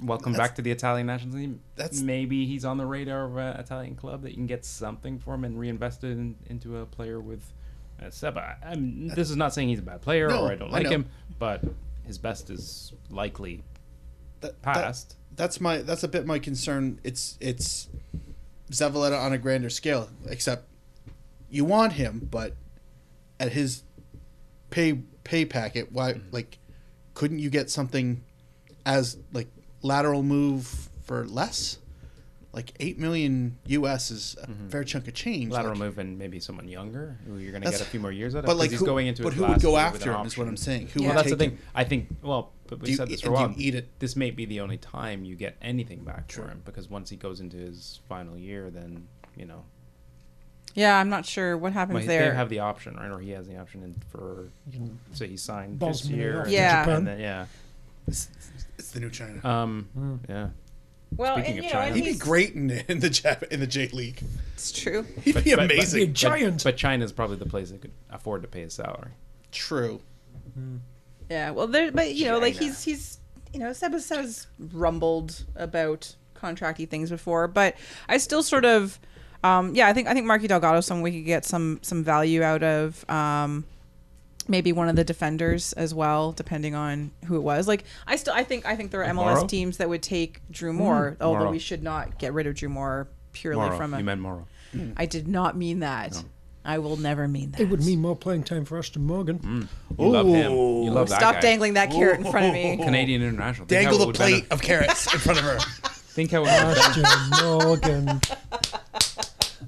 Welcome back to the Italian national team.
that's-
Mm. maybe he's on the radar of an Italian club that you can get something for him and reinvest it in, into a player with uh, Seba. I- I'm, this is not saying he's a bad player
No,
or I don't
I
like
know.
him, but his best is likely
That, that,
past.
that's my that's a bit my concern. It's it's Zavaleta on a grander scale, except you want him, but at his pay pay packet, why like couldn't you get something as like lateral move for less? Like eight million US is a fair chunk of change.
Lateral
like-
move and maybe someone younger who you're going to
That's-
get a few more years out of.
But
'cause
like
he's
who,
going into
but
his
who would
last
go
year with
after
an
him is what
option.
I'm saying. Who
Yeah.
would
Well, that's the
take
thing.
him?
I think. Well, but we
Do you
said
eat-
this for a
do you
while.
eat it?
This may be the only time you get anything back for him because once he goes into his final year, then you know
yeah, I'm not sure what happens
well, he-
there.
they have the option, right? Or he has the option in for say he signed this
Bosnia
year,
off
and,
to
Yeah.
Japan.
and then yeah,
It's the new China.
um, yeah.
well,
Speaking
and,
of
you know,
China.
and
He'd be
he's-
great in, in the Jap, in the J League.
It's true.
He'd be
but- but-
Be a
amazing.
giant.
But, but China's probably the place that could afford to pay his salary.
True.
Yeah, well, there, but you know, like he's he's you know, Seba has rumbled about contracty things before, but I still sort of, um, yeah, I think I think Marky Delgado someone we could get some some value out of. Um, maybe one of the defenders as well, depending on who it was. Like I still, I think I think there are MLS
Morrow? Mm,
teams that would take Drew Moore, although
Morrow.
we should not get rid of Drew Moore purely
Morrow,
from a.
you meant Morrow.
I did not mean that. I will never mean that.
It would mean more playing time for Ashton Morgan.
Mm. You love him. You love that
Stop
guy.
dangling that carrot in front of me.
Canadian international. Think
Dangle
how it
the
would've been
plate of carrots in front of her.
A, think how it would
Ashton Morgan.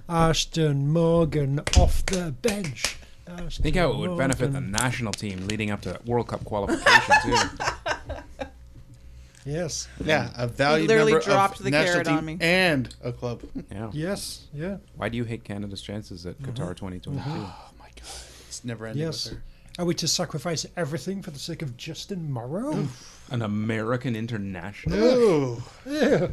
Ashton Morgan off the bench. Ashton
think how it would benefit the
Morgan.
national team leading up to World Cup qualification too.
Yes,
Yeah, a valued
literally
member
dropped
of
the
national
carrot on
team
me.
and a club.
Yeah.
yes, yeah.
Why do you hate Canada's chances at
Mm-hmm.
Qatar 2022?
It's never ending
Yes.
with her.
Are we to sacrifice everything for the sake of Justin Morrow?
An American international.
Ooh.
yeah.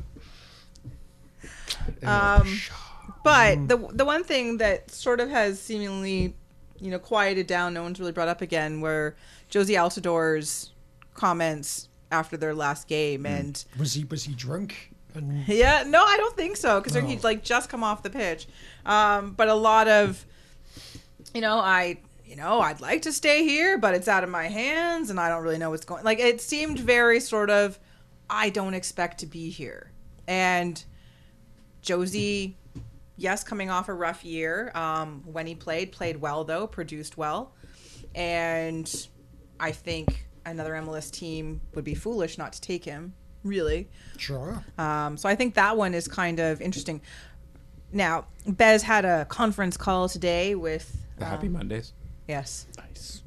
But the the one thing that sort of has seemingly, you know, quieted down, no one's really brought up again, were Josie Altidore's comments after their last game, and
Was he was he drunk? And
yeah, no, I don't think so because he'd like just come off the pitch. Um, but a lot of, you know, I you know I'd like to stay here, but it's out of my hands, and I don't really know what's going. Like it seemed very sort of, I don't expect to be here, and Josie. Yes, coming off a rough year. Um, when he played, played well though, produced well, and I think another MLS team would be foolish not to take him. Really,
sure.
um, so I think that one is kind of interesting. Now, Bez had a conference call today with.
The Happy Mondays.
Yes.
Nice.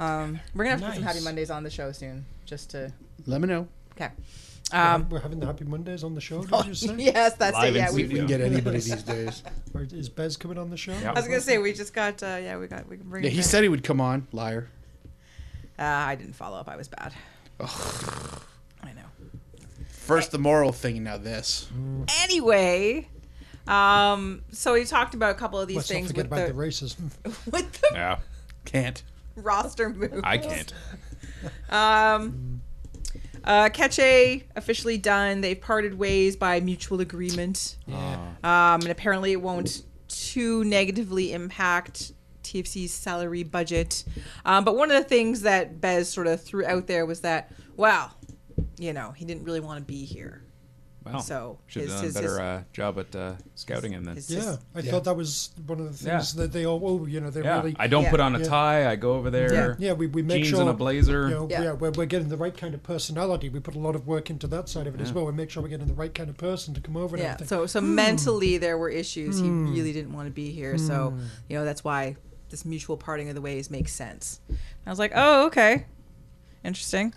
Um, we're going to have to put some Happy
Nice.
Mondays on the show soon, just to.
Let me know.
Okay. Um,
We're having the Happy Mondays on the show. Did you say?
yes, that's
Live
it.
in
oh, Yeah, we,
studio.
You can get anybody these days.
Or is Bez coming on the show?
Yeah.
I was going to say, we just got. Uh, yeah, we got. We can bring
Yeah,
it
he
back.
said he would come on. Liar.
Uh, I didn't follow up. I was bad. I know.
First the moral thing, now this.
Anyway. Um, so he talked about a couple of these
Let's not
things
forget
with
about the,
the,
racism.
with the
Yeah.
Can't.
roster moves.
I can't.
Uh, Keche officially done. They've parted ways by mutual agreement.
Yeah.
Um, and apparently it won't too negatively impact TFC's salary budget. Um, but one of the things that Bez sort of threw out there was that, wow, you know, he didn't really want to be here.
Well,
So,
should have
his-
done a
his-
better uh, job at uh, scouting him then.
It's
Yeah,
just-
I thought that was one of the things
Yeah.
that they all, oh, you know, they
Yeah,
really.
I don't
Yeah.
put on a
Yeah.
tie. I go over there.
yeah, we, we make
jeans
sure
and a blazer.
You know,
Yeah.
yeah, we're, we're getting the right kind of personality. We put a lot of work into that side of it as well. We make sure we're getting the right kind of person to come over Hmm. and
Yeah.
everything.
So so mentally there were issues. He really didn't want to be here. So
Hmm.
you know that's why this mutual parting of the ways makes sense. And I was like, oh okay, interesting.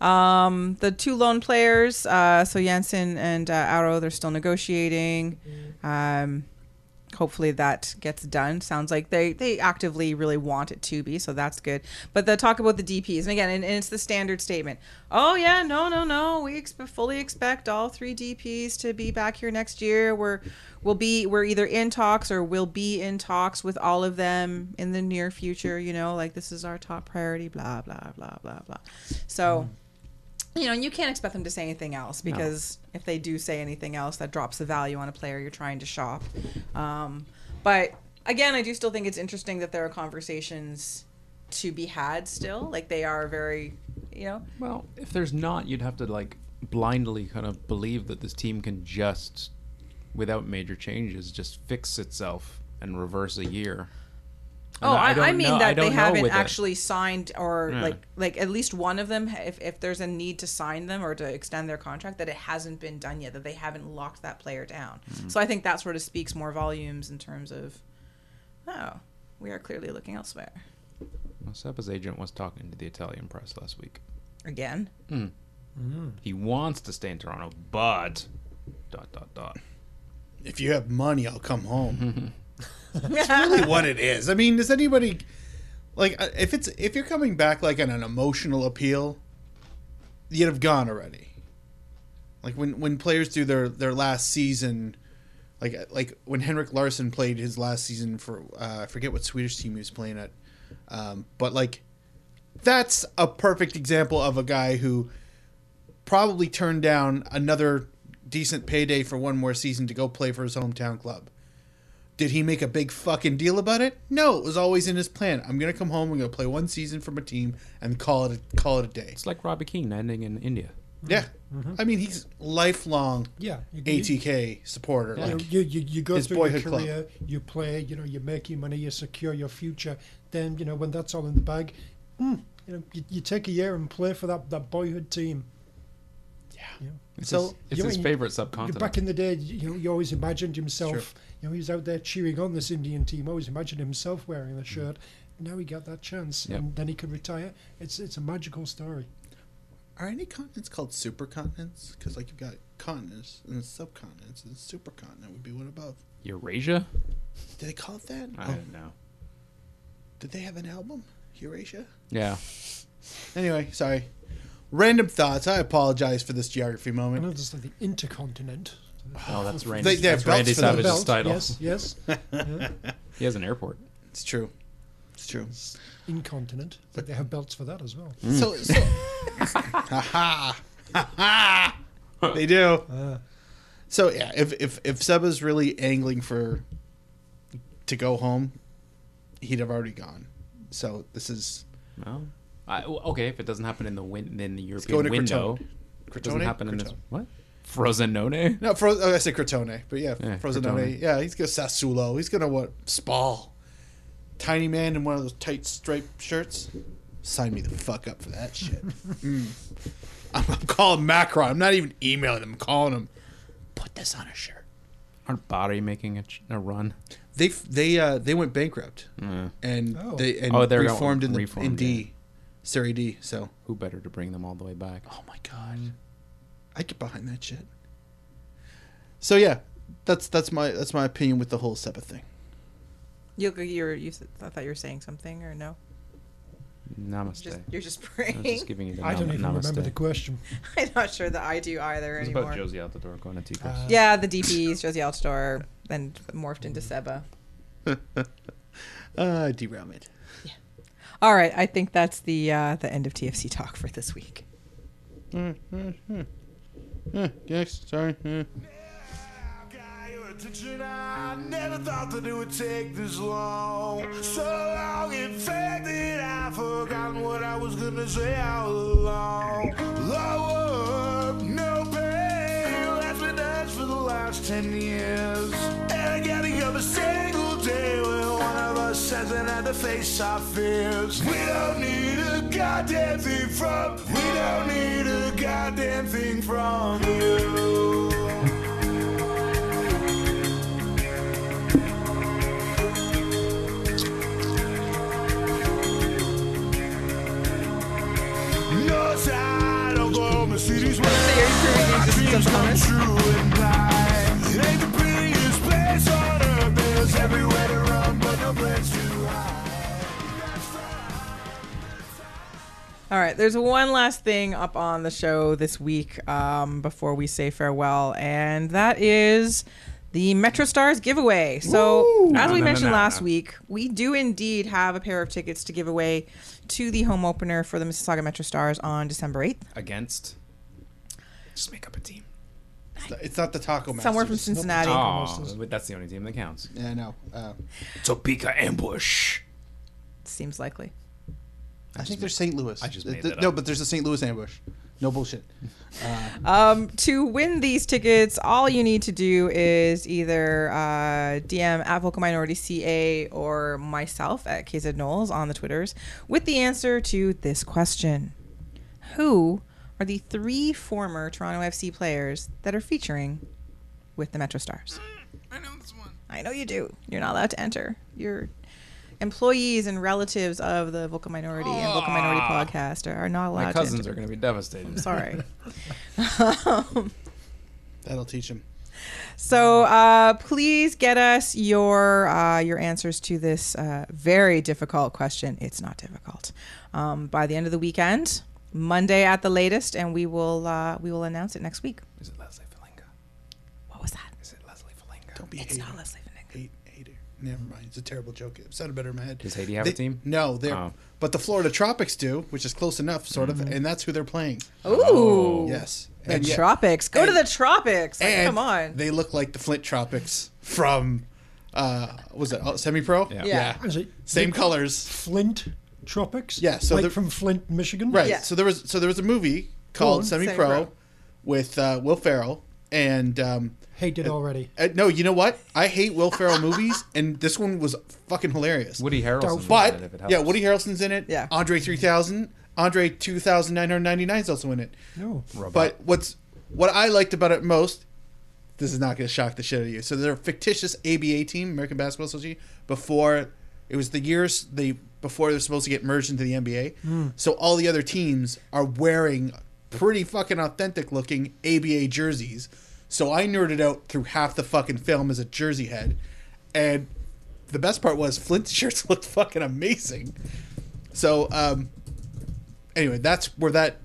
Um, the two lone players, uh, so Janssen and uh, Arrow, they're still negotiating.
Hmm.
Um, hopefully that gets done. Sounds like they they actively really want it to be, so that's good. But the talk about the DPS, and again, and, and it's the standard statement. Oh yeah, no, no, no. We ex- fully expect all three DPS to be back here next year. We're we'll be we're either in talks or we'll be in talks with all of them in the near future. You know, like this is our top priority. Blah blah blah blah blah. So. You know, and you can't expect them to say anything else because if they do say anything else, that drops the value on a player you're trying to shop. Um, but again, I do still think it's interesting that there are conversations to be had still. Like they are very, you know,
Well, if there's not, you'd have to like blindly kind of believe that this team can just, without major changes, just fix itself and reverse a year. And
Oh, I, I,
don't
mean
know- I
that
don't
they
know
haven't
with it.
actually signed or
Yeah.
like like at least one of them. If if there's a need to sign them or to extend their contract, that it hasn't been done yet. That they haven't locked that player down.
Mm.
So I think that sort of speaks more volumes in terms of, oh, we are clearly looking elsewhere
Well, Seppa's agent was talking to the Italian press last week.
again.
He wants to stay in Toronto, but dot dot dot.
If you have money, I'll come home. That's really what it is. I mean, does anybody like uh, if it's if you're coming back like on an emotional appeal, you'd have gone already. Like when when players do their their last season, like like when Henrik Larsson played his last season for uh, I forget what Swedish team he was playing at, um, but like that's a perfect example of a guy who probably turned down another decent payday for one more season to go play for his hometown club. Did he make a big fucking deal about it? No, it was always in his plan. I'm gonna come home. I'm gonna play one season for my team and call it a, call it a day.
It's like Robbie Keane ending in India.
Yeah,
Mm-hmm.
I mean, he's lifelong
Yeah. You, you-
ATK supporter.
You, know,
Like,
you, you, you go
his
through your
boyhood club.
career, you play, you know, you make your money, you secure your future. Then, you know, when that's all in the bag, mm, you know, you, you take a year and play for that, that boyhood team.
It's
So-
his, it's
You
his
mean-
favorite
You know,
subcontinent.
back in the day, you, know, you always imagined himself, you know, he was out there cheering on this Indian team, always imagined himself wearing the shirt. Now he got that chance,
Yep.
and then he could retire. It's it's a magical story.
are any continents called supercontinents? Because like you've got continents and then subcontinents, and supercontinent would be one above.
Eurasia?
Did they call it that?
I
Oh,
don't know.
did they have an album? Eurasia.
Yeah.
Anyway, sorry. Random thoughts. I apologize for this geography
And
Mm-hmm.
moment.
others like the intercontinent.
Oh, that's
They-
Randy,
they
that's
have belts
Randy
for them.
Savage's
Belt,
title.
Yes, yes. yeah.
He has an airport.
It's true. It's true.
Incontinent. But they have belts for that as well.
So, so ha ha ha They do. Uh. So yeah, if if if Seba's really angling for to go home, he'd have already gone. So this is
Well, I, well, okay, if it doesn't happen in the win, in the
going
European
to
window,
Crotone.
it doesn't
Crotone?
happen in this
Crotone.
what? Frozenone?
no. Fro- oh, I say Crotone, but yeah,
Yeah,
Frosinone.
Crotone.
Yeah, he's gonna Sassuolo. He's gonna what? Spal. Tiny man in one of those tight striped shirts. Sign me the fuck up for that shit. Mm. I'm, I'm calling Macron. I'm not even emailing him. I'm calling him. Put this on a shirt.
Aren't Bari making a, ch- a run?
they they uh, they went bankrupt and
Oh.
they and
Oh, they're going-
reformed in the in
reformed,
D,
yeah.
Serie D. So
Who better to bring them all the way back?
oh my god, I get behind that shit. So yeah, that's that's my that's my opinion with the whole SEPA thing.
You, you're, you, said- I thought you were saying something or no?
Namaste.
Just,
I
you're just praying.
was just giving you the
I
nam-
don't even
namaste.
remember the question.
I'm not sure that I do either
It's
anymore.
about Josie Altador going to Tigres.
Uh,
Yeah, the E, DPs, Josie Altador, then morphed
Mm.
into Seba.
Uh, derailment.
All right, I think that's the uh, the end of TFC talk for this week.
Yeah, yes, sorry. yeah.
Got your attention. I never thought that it would take this long. So long, in fact, that I've forgotten what I was gonna say all along. Lower, no pain. That's been us for the last 10 years. And I gotta go a single day when one of us has another face our fears. We don't need a goddamn thing from, we don't need a goddamn thing from you. Your side of Oklahoma City's way. My dreams come true in time. It ain't the prettiest place on earth. There's everywhere to run, but no place to hide. That's right.
All right, there's one last thing up on the show this week um, before we say farewell, and that is the Metro Stars giveaway. So, as
No,
we
no, no,
mentioned
no,
last
no.
week, we do indeed have a pair of tickets to give away to the home opener for the Mississauga Metro Stars on December 8th.
Against? Just make up a team.
It's not- It's not the taco Masters.
Somewhere from Cincinnati.
Oh, but that's the only team that counts.
Yeah, I know. Uh,
Topeka ambush.
Seems likely.
I think there's St. Louis. I
just made that
no,
up.
but there's a St. Louis ambush. No bullshit.
Um, to win these tickets, all you need to do is either uh, DM at Vocal Minority CA or myself at KZ Knowles on the Twitters with the answer to this question Who are the three former Toronto FC players that are featuring with the Metro Stars? Mm, I know this one. I know you do. You're not allowed to enter. You're. Employees and relatives of the Vocal Minority and Vocal Minority podcast are, are not allowed
My
to
cousins
enter.
are going to be devastated.
Sorry.
That'll teach him.
So uh, please get us your uh, your answers to this uh, very difficult question. It's not difficult. Um, by the end of the weekend, Monday at the latest, and we will uh, we will announce it next week.
Is it Leslie Falinga?
What was that?
Is it Leslie Falinga?
Don't be a
It's
hater.
not Leslie Finnick.
Hate, hater. Never mind. It's a terrible joke. It sounded better in my head.
Does Haiti have a
they,
team?
No, they're
Oh. Mm-hmm.
but the Florida Tropics do, which is close enough, sort of, and that's who they're playing.
Ooh,
Yes,
Oh. the
and yet-
tropics. Go to
Oh. and-
the tropics. Like,
and
come on.
they look like the Flint Tropics from uh, was it oh, semi pro?
Yeah.
Yeah.
Uh, Is it
same
Flint-
colors,
Flint Tropics?
Yeah, so
like
they're-
from Flint, Michigan.
right?
Yeah.
So there was so there was a movie called
Oh,
Semi
Semi-Pro.
Pro with uh, Will Ferrell, and um,
Hate it already.
uh, no, you know what? I hate Will Ferrell movies, and this one was fucking hilarious.
Woody Harrelson's
But
in it, if it
yeah,
helps.
Woody Harrelson's in it.
Yeah.
Andre 3000, Andre 2999 is also in it.
No.
But what's what I liked about it most, this is not going to shock the shit out of you. So they're a fictitious ABA team, American Basketball Association, before it was the years they before they're supposed to get merged into the NBA. So all the other teams are wearing pretty fucking authentic looking ABA jerseys. So I nerded out through half the fucking film as a jersey head, and the best part was Flint's shirts looked fucking amazing. So um, anyway, that's where that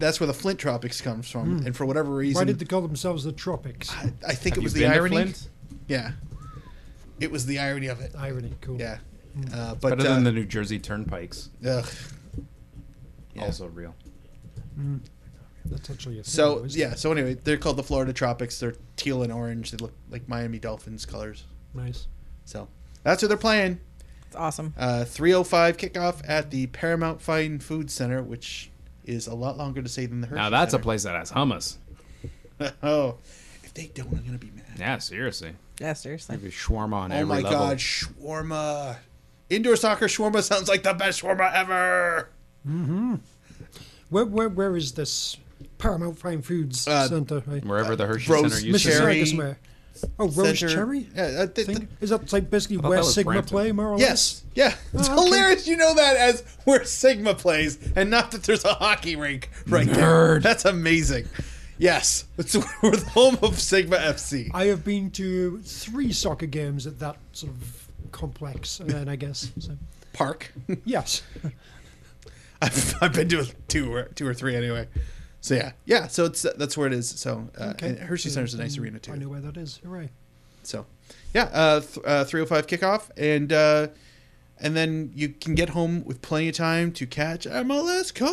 that's where the Flint Tropics comes from,
Hmm.
and for whatever reason,
Why did they call themselves the Tropics?
I, I think it
Have
was
you
the
been to
irony.
Flint?
Yeah, it was the irony of it.
Irony, cool.
Yeah, uh, but
Hmm. Better
uh,
than the New Jersey Turnpikes.
ugh. Yeah.
Also real.
That's actually a thing,
So
though, isn't
yeah, so anyway, they're called the Florida Tropics. They're teal and orange. They look like Miami Dolphins colors.
it? Nice.
So that's what they're playing.
It's awesome.
Uh, 305 kickoff at the Paramount Fine Food Center, which is a lot longer to say than the Hershey
Now that's a
Center.
place that has hummus.
a place. oh, if they don't, I'm gonna be mad.
Yeah, seriously.
Yeah, seriously.
Maybe shawarma on
Oh
every
my
level.
god, shawarma! Indoor soccer shawarma sounds like the best shawarma ever.
Where, where, where is this Paramount Fine Foods
Uh,
Center? Right?
Wherever the Hershey
Rose
Center
Mrs.
used to
Cherry
be.
Circus where? Oh, Rose
Center-
Cherry?
Yeah, uh, th- th-
Thing? Is that like basically
thought
where
that was
Sigma
Brampton.
play, more or less?
yes, yeah. It's
Oh, okay.
hilarious. You know that as where Sigma plays, and not that there's a hockey rink right there.
Nerd.
That's amazing. Yes, it's we're the home of Sigma FC.
I have been to three soccer games at that sort of complex, uh, and then I guess. So.
Park.
Yes.
I've, I've been to two or two or three anyway. So yeah, yeah. So it's that's where it is. So uh, and Hershey Center's a nice arena too.
I know where that is. Hooray.
Oh, So, yeah, uh, th- uh, 305 kickoff, and uh, and then you can get home with plenty of time to catch MLS Cup,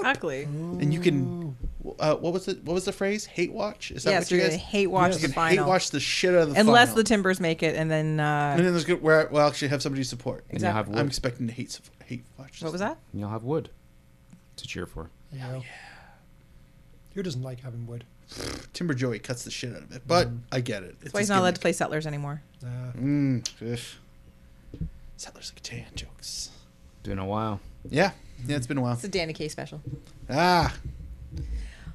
Exactly.
and you can. Uh, what was the what was the phrase? Hate watch? Is that
Yes,
what you
you're
guys
gonna hate watch
Yes.
the
You can hate
final.
watch the shit out of the
Unless
final.
the Timbers make it, and
and
then uh,
then there's good where we'll actually have somebody to support.
And you'll have
I'm
wood.
expecting to hate hate watch.
what was that?
And you'll have wood to cheer for.
Yeah. Who doesn't like having wood?
Timber Joey cuts the shit out of it, but I get it. It's
That's why he's
his
not allowed to
gimmick.
play Settlers anymore.
Uh,
Mm, ugh. Settlers like tan jokes.
Been a while.
Yeah, yeah, it's been a while.
It's a Danny Kaye special.
Ah,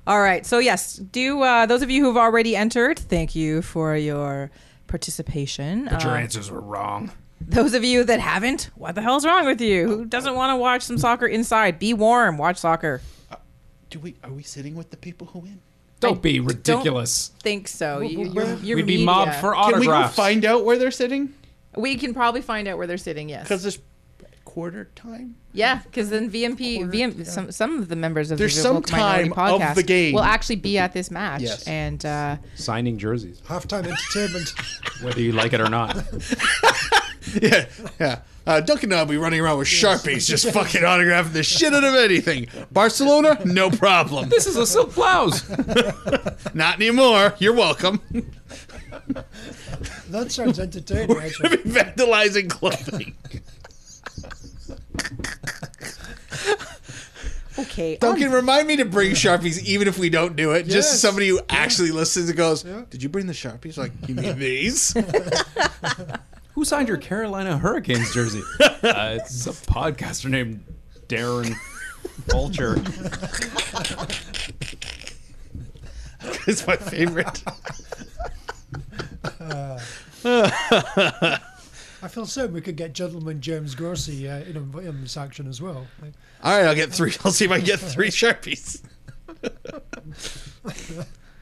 All right. So yes, do uh, those of you who've already entered, thank you for your participation.
But your
Uh,
answers were wrong.
those of you that haven't, what the hell's wrong with you? Who doesn't want to watch some soccer inside? Be warm. Watch soccer.
do we are we sitting with the people who win?
Don't be ridiculous.
Think so. You, you're, you're
We'd be mobbed
media.
for
Can we go
autographs.
find out where they're sitting?
We can probably find out where they're sitting. Yes.
Because there's quarter time.
Yeah, because then VMP, VM, some some of the members of
There's
the
some
Vocal Minority
time of
podcast
the game.
will actually be at this match,
Yes.
and uh,
Signing jerseys,
halftime entertainment.
whether you like it or not.
Yeah, yeah. Uh, Duncan and I'll be running around with sharpies, just fucking autographing the shit out of anything. Barcelona, no problem.
this is a silk blouse.
Not anymore. You're welcome.
that sounds entertaining, actually.
Vandalizing clothing.
okay,
Duncan, remind me to bring sharpies, even if we don't do it. Just
Yes.
somebody who actually listens and goes, "Did you bring the sharpies?" Like, you mean these?
Who signed your Carolina Hurricanes jersey? uh, it's a podcaster named Darren Vulture.
it's my favorite.
I feel certain we could get Gentleman James Grossi uh, in, a, in this action as well.
All right, I'll get three. I'll see if I can get three sharpies.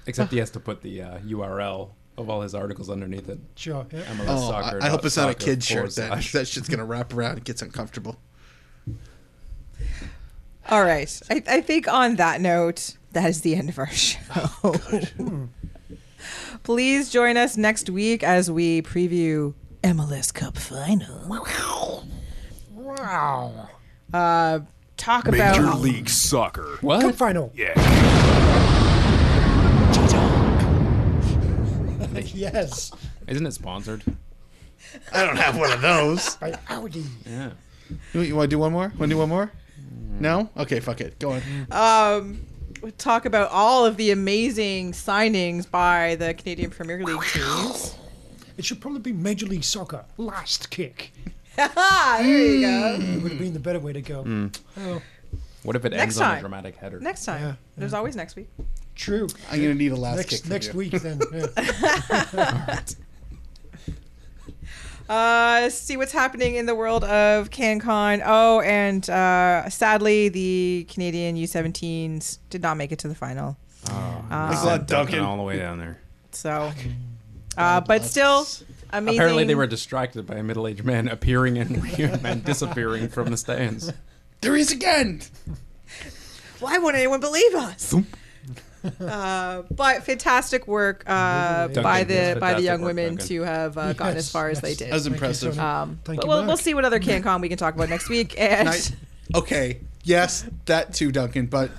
Except he has to put the uh, URL of all his articles underneath it.
Sure. Yeah.
MLS
Oh,
soccer.
I, I hope it's not a kid's
forward
shirt. Then
slash.
that shit's gonna wrap around and gets uncomfortable.
all right. I, I think on that note, that is the end of our show. Please join us next week as we preview MLS Cup final.
Wow.
Uh, talk about
League Soccer.
Cup
What?
final.
Yeah.
Yes.
Isn't it sponsored?
I don't have one of those.
By Audi.
Yeah.
you want to do one more? Want to do one more? No? Okay, fuck it. Go on.
um, talk about all of the amazing signings by the Canadian Premier League teams.
It should probably be Major League Soccer. Last kick.
Ah, there you go.
It would have been the better way to go.
Mm.
Oh,
What if it
Next
ends on
time.
a dramatic header?
Next time.
Yeah,
There's always next week.
true.
I'm gonna need a last kick.
Next
from
next
you.
week then. yeah.
Uh, see what's happening in the world of CanCon. Oh, and uh, sadly, the Canadian U17s did not make it to the final.
Thanks a
Sent
lot,
Duncan
Duncan.
all the way down there.
So, uh, but still, amazing.
Apparently, they were distracted by a middle-aged man appearing and, and disappearing from the stands.
There he is again.
Why wouldn't anyone believe us? uh, but fantastic work uh,
Duncan,
by the
yes,
by the young
fantastic work,
women
Duncan.
to have uh, gotten
Yes,
as far as they
yes.
did.
That was
Thank you so
impressive.
much.
Um,
Thank
but
you,
we'll, we'll
Mark.
see what other CanCon we can talk about next week, and
I- okay. Yes, that too, Duncan. But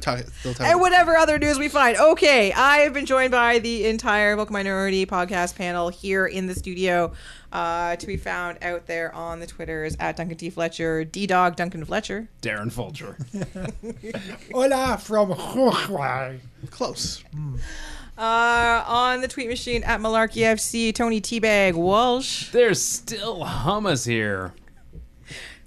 talk, still talk.
and whatever other news we find. Okay, I have been joined by the entire vocal minority podcast panel here in the studio, uh, to be found out there on the twitters at Duncan T Fletcher, D Dog Duncan Fletcher.
Darren Fulcher.
Hola from Uruguay.
close.
Uh, on the tweet machine at Malarkey FC, Tony Teabag Walsh.
There's still hummus here.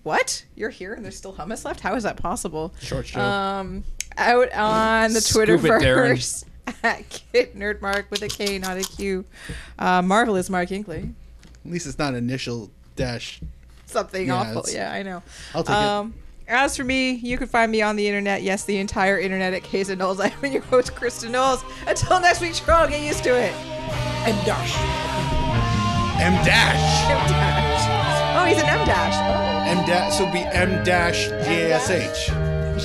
What? You're here and there's still hummus left? How is that possible?
Short show.
Um, out on the
Scoop
Twitter
it, Darren.
verse at Kit Nerdmark with a K, not a Q. Uh, marvelous Mark Inkley.
At least it's not initial dash.
Something
Yeah,
awful.
it's-
Yeah, I know.
I'll take
um, As for me, you can find me on the internet. Yes, the entire internet at Kays and Knowles. I'm your host, Krista Knowles. Until next week, sure, I'll get used to it.
And dash.
it. M dash.
M dash. Oh, he's an M dash.
M dash. So it'd be M dash G A S H.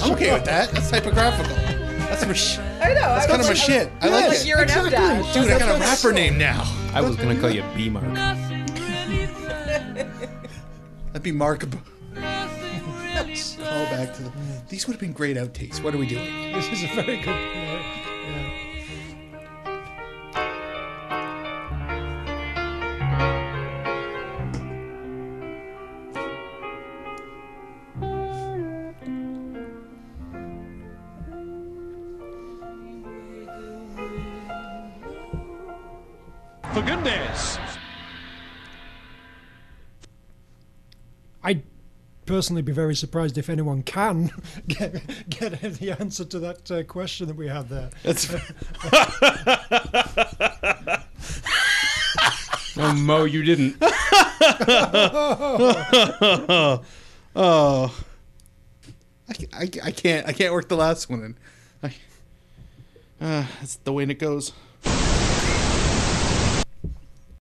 I'm okay with that. That's typographical. That's my sh-
I know. That's
kind of my shit. I like
like
it.
you're an M dash.
Dude, I got a rapper name now.
I was gonna call you B Mark.
That'd be Mark. B- Call back to the. These would have been great outtakes. What are we doing?
This is a very good. yeah, yeah.
For goodness.
I'd personally be very surprised if anyone can get, get the answer to that uh, question that we had there.
No, Mo, you didn't.
Oh. I, ca- I, ca- I can't. I can't work the last one in. I, uh, that's the way it goes.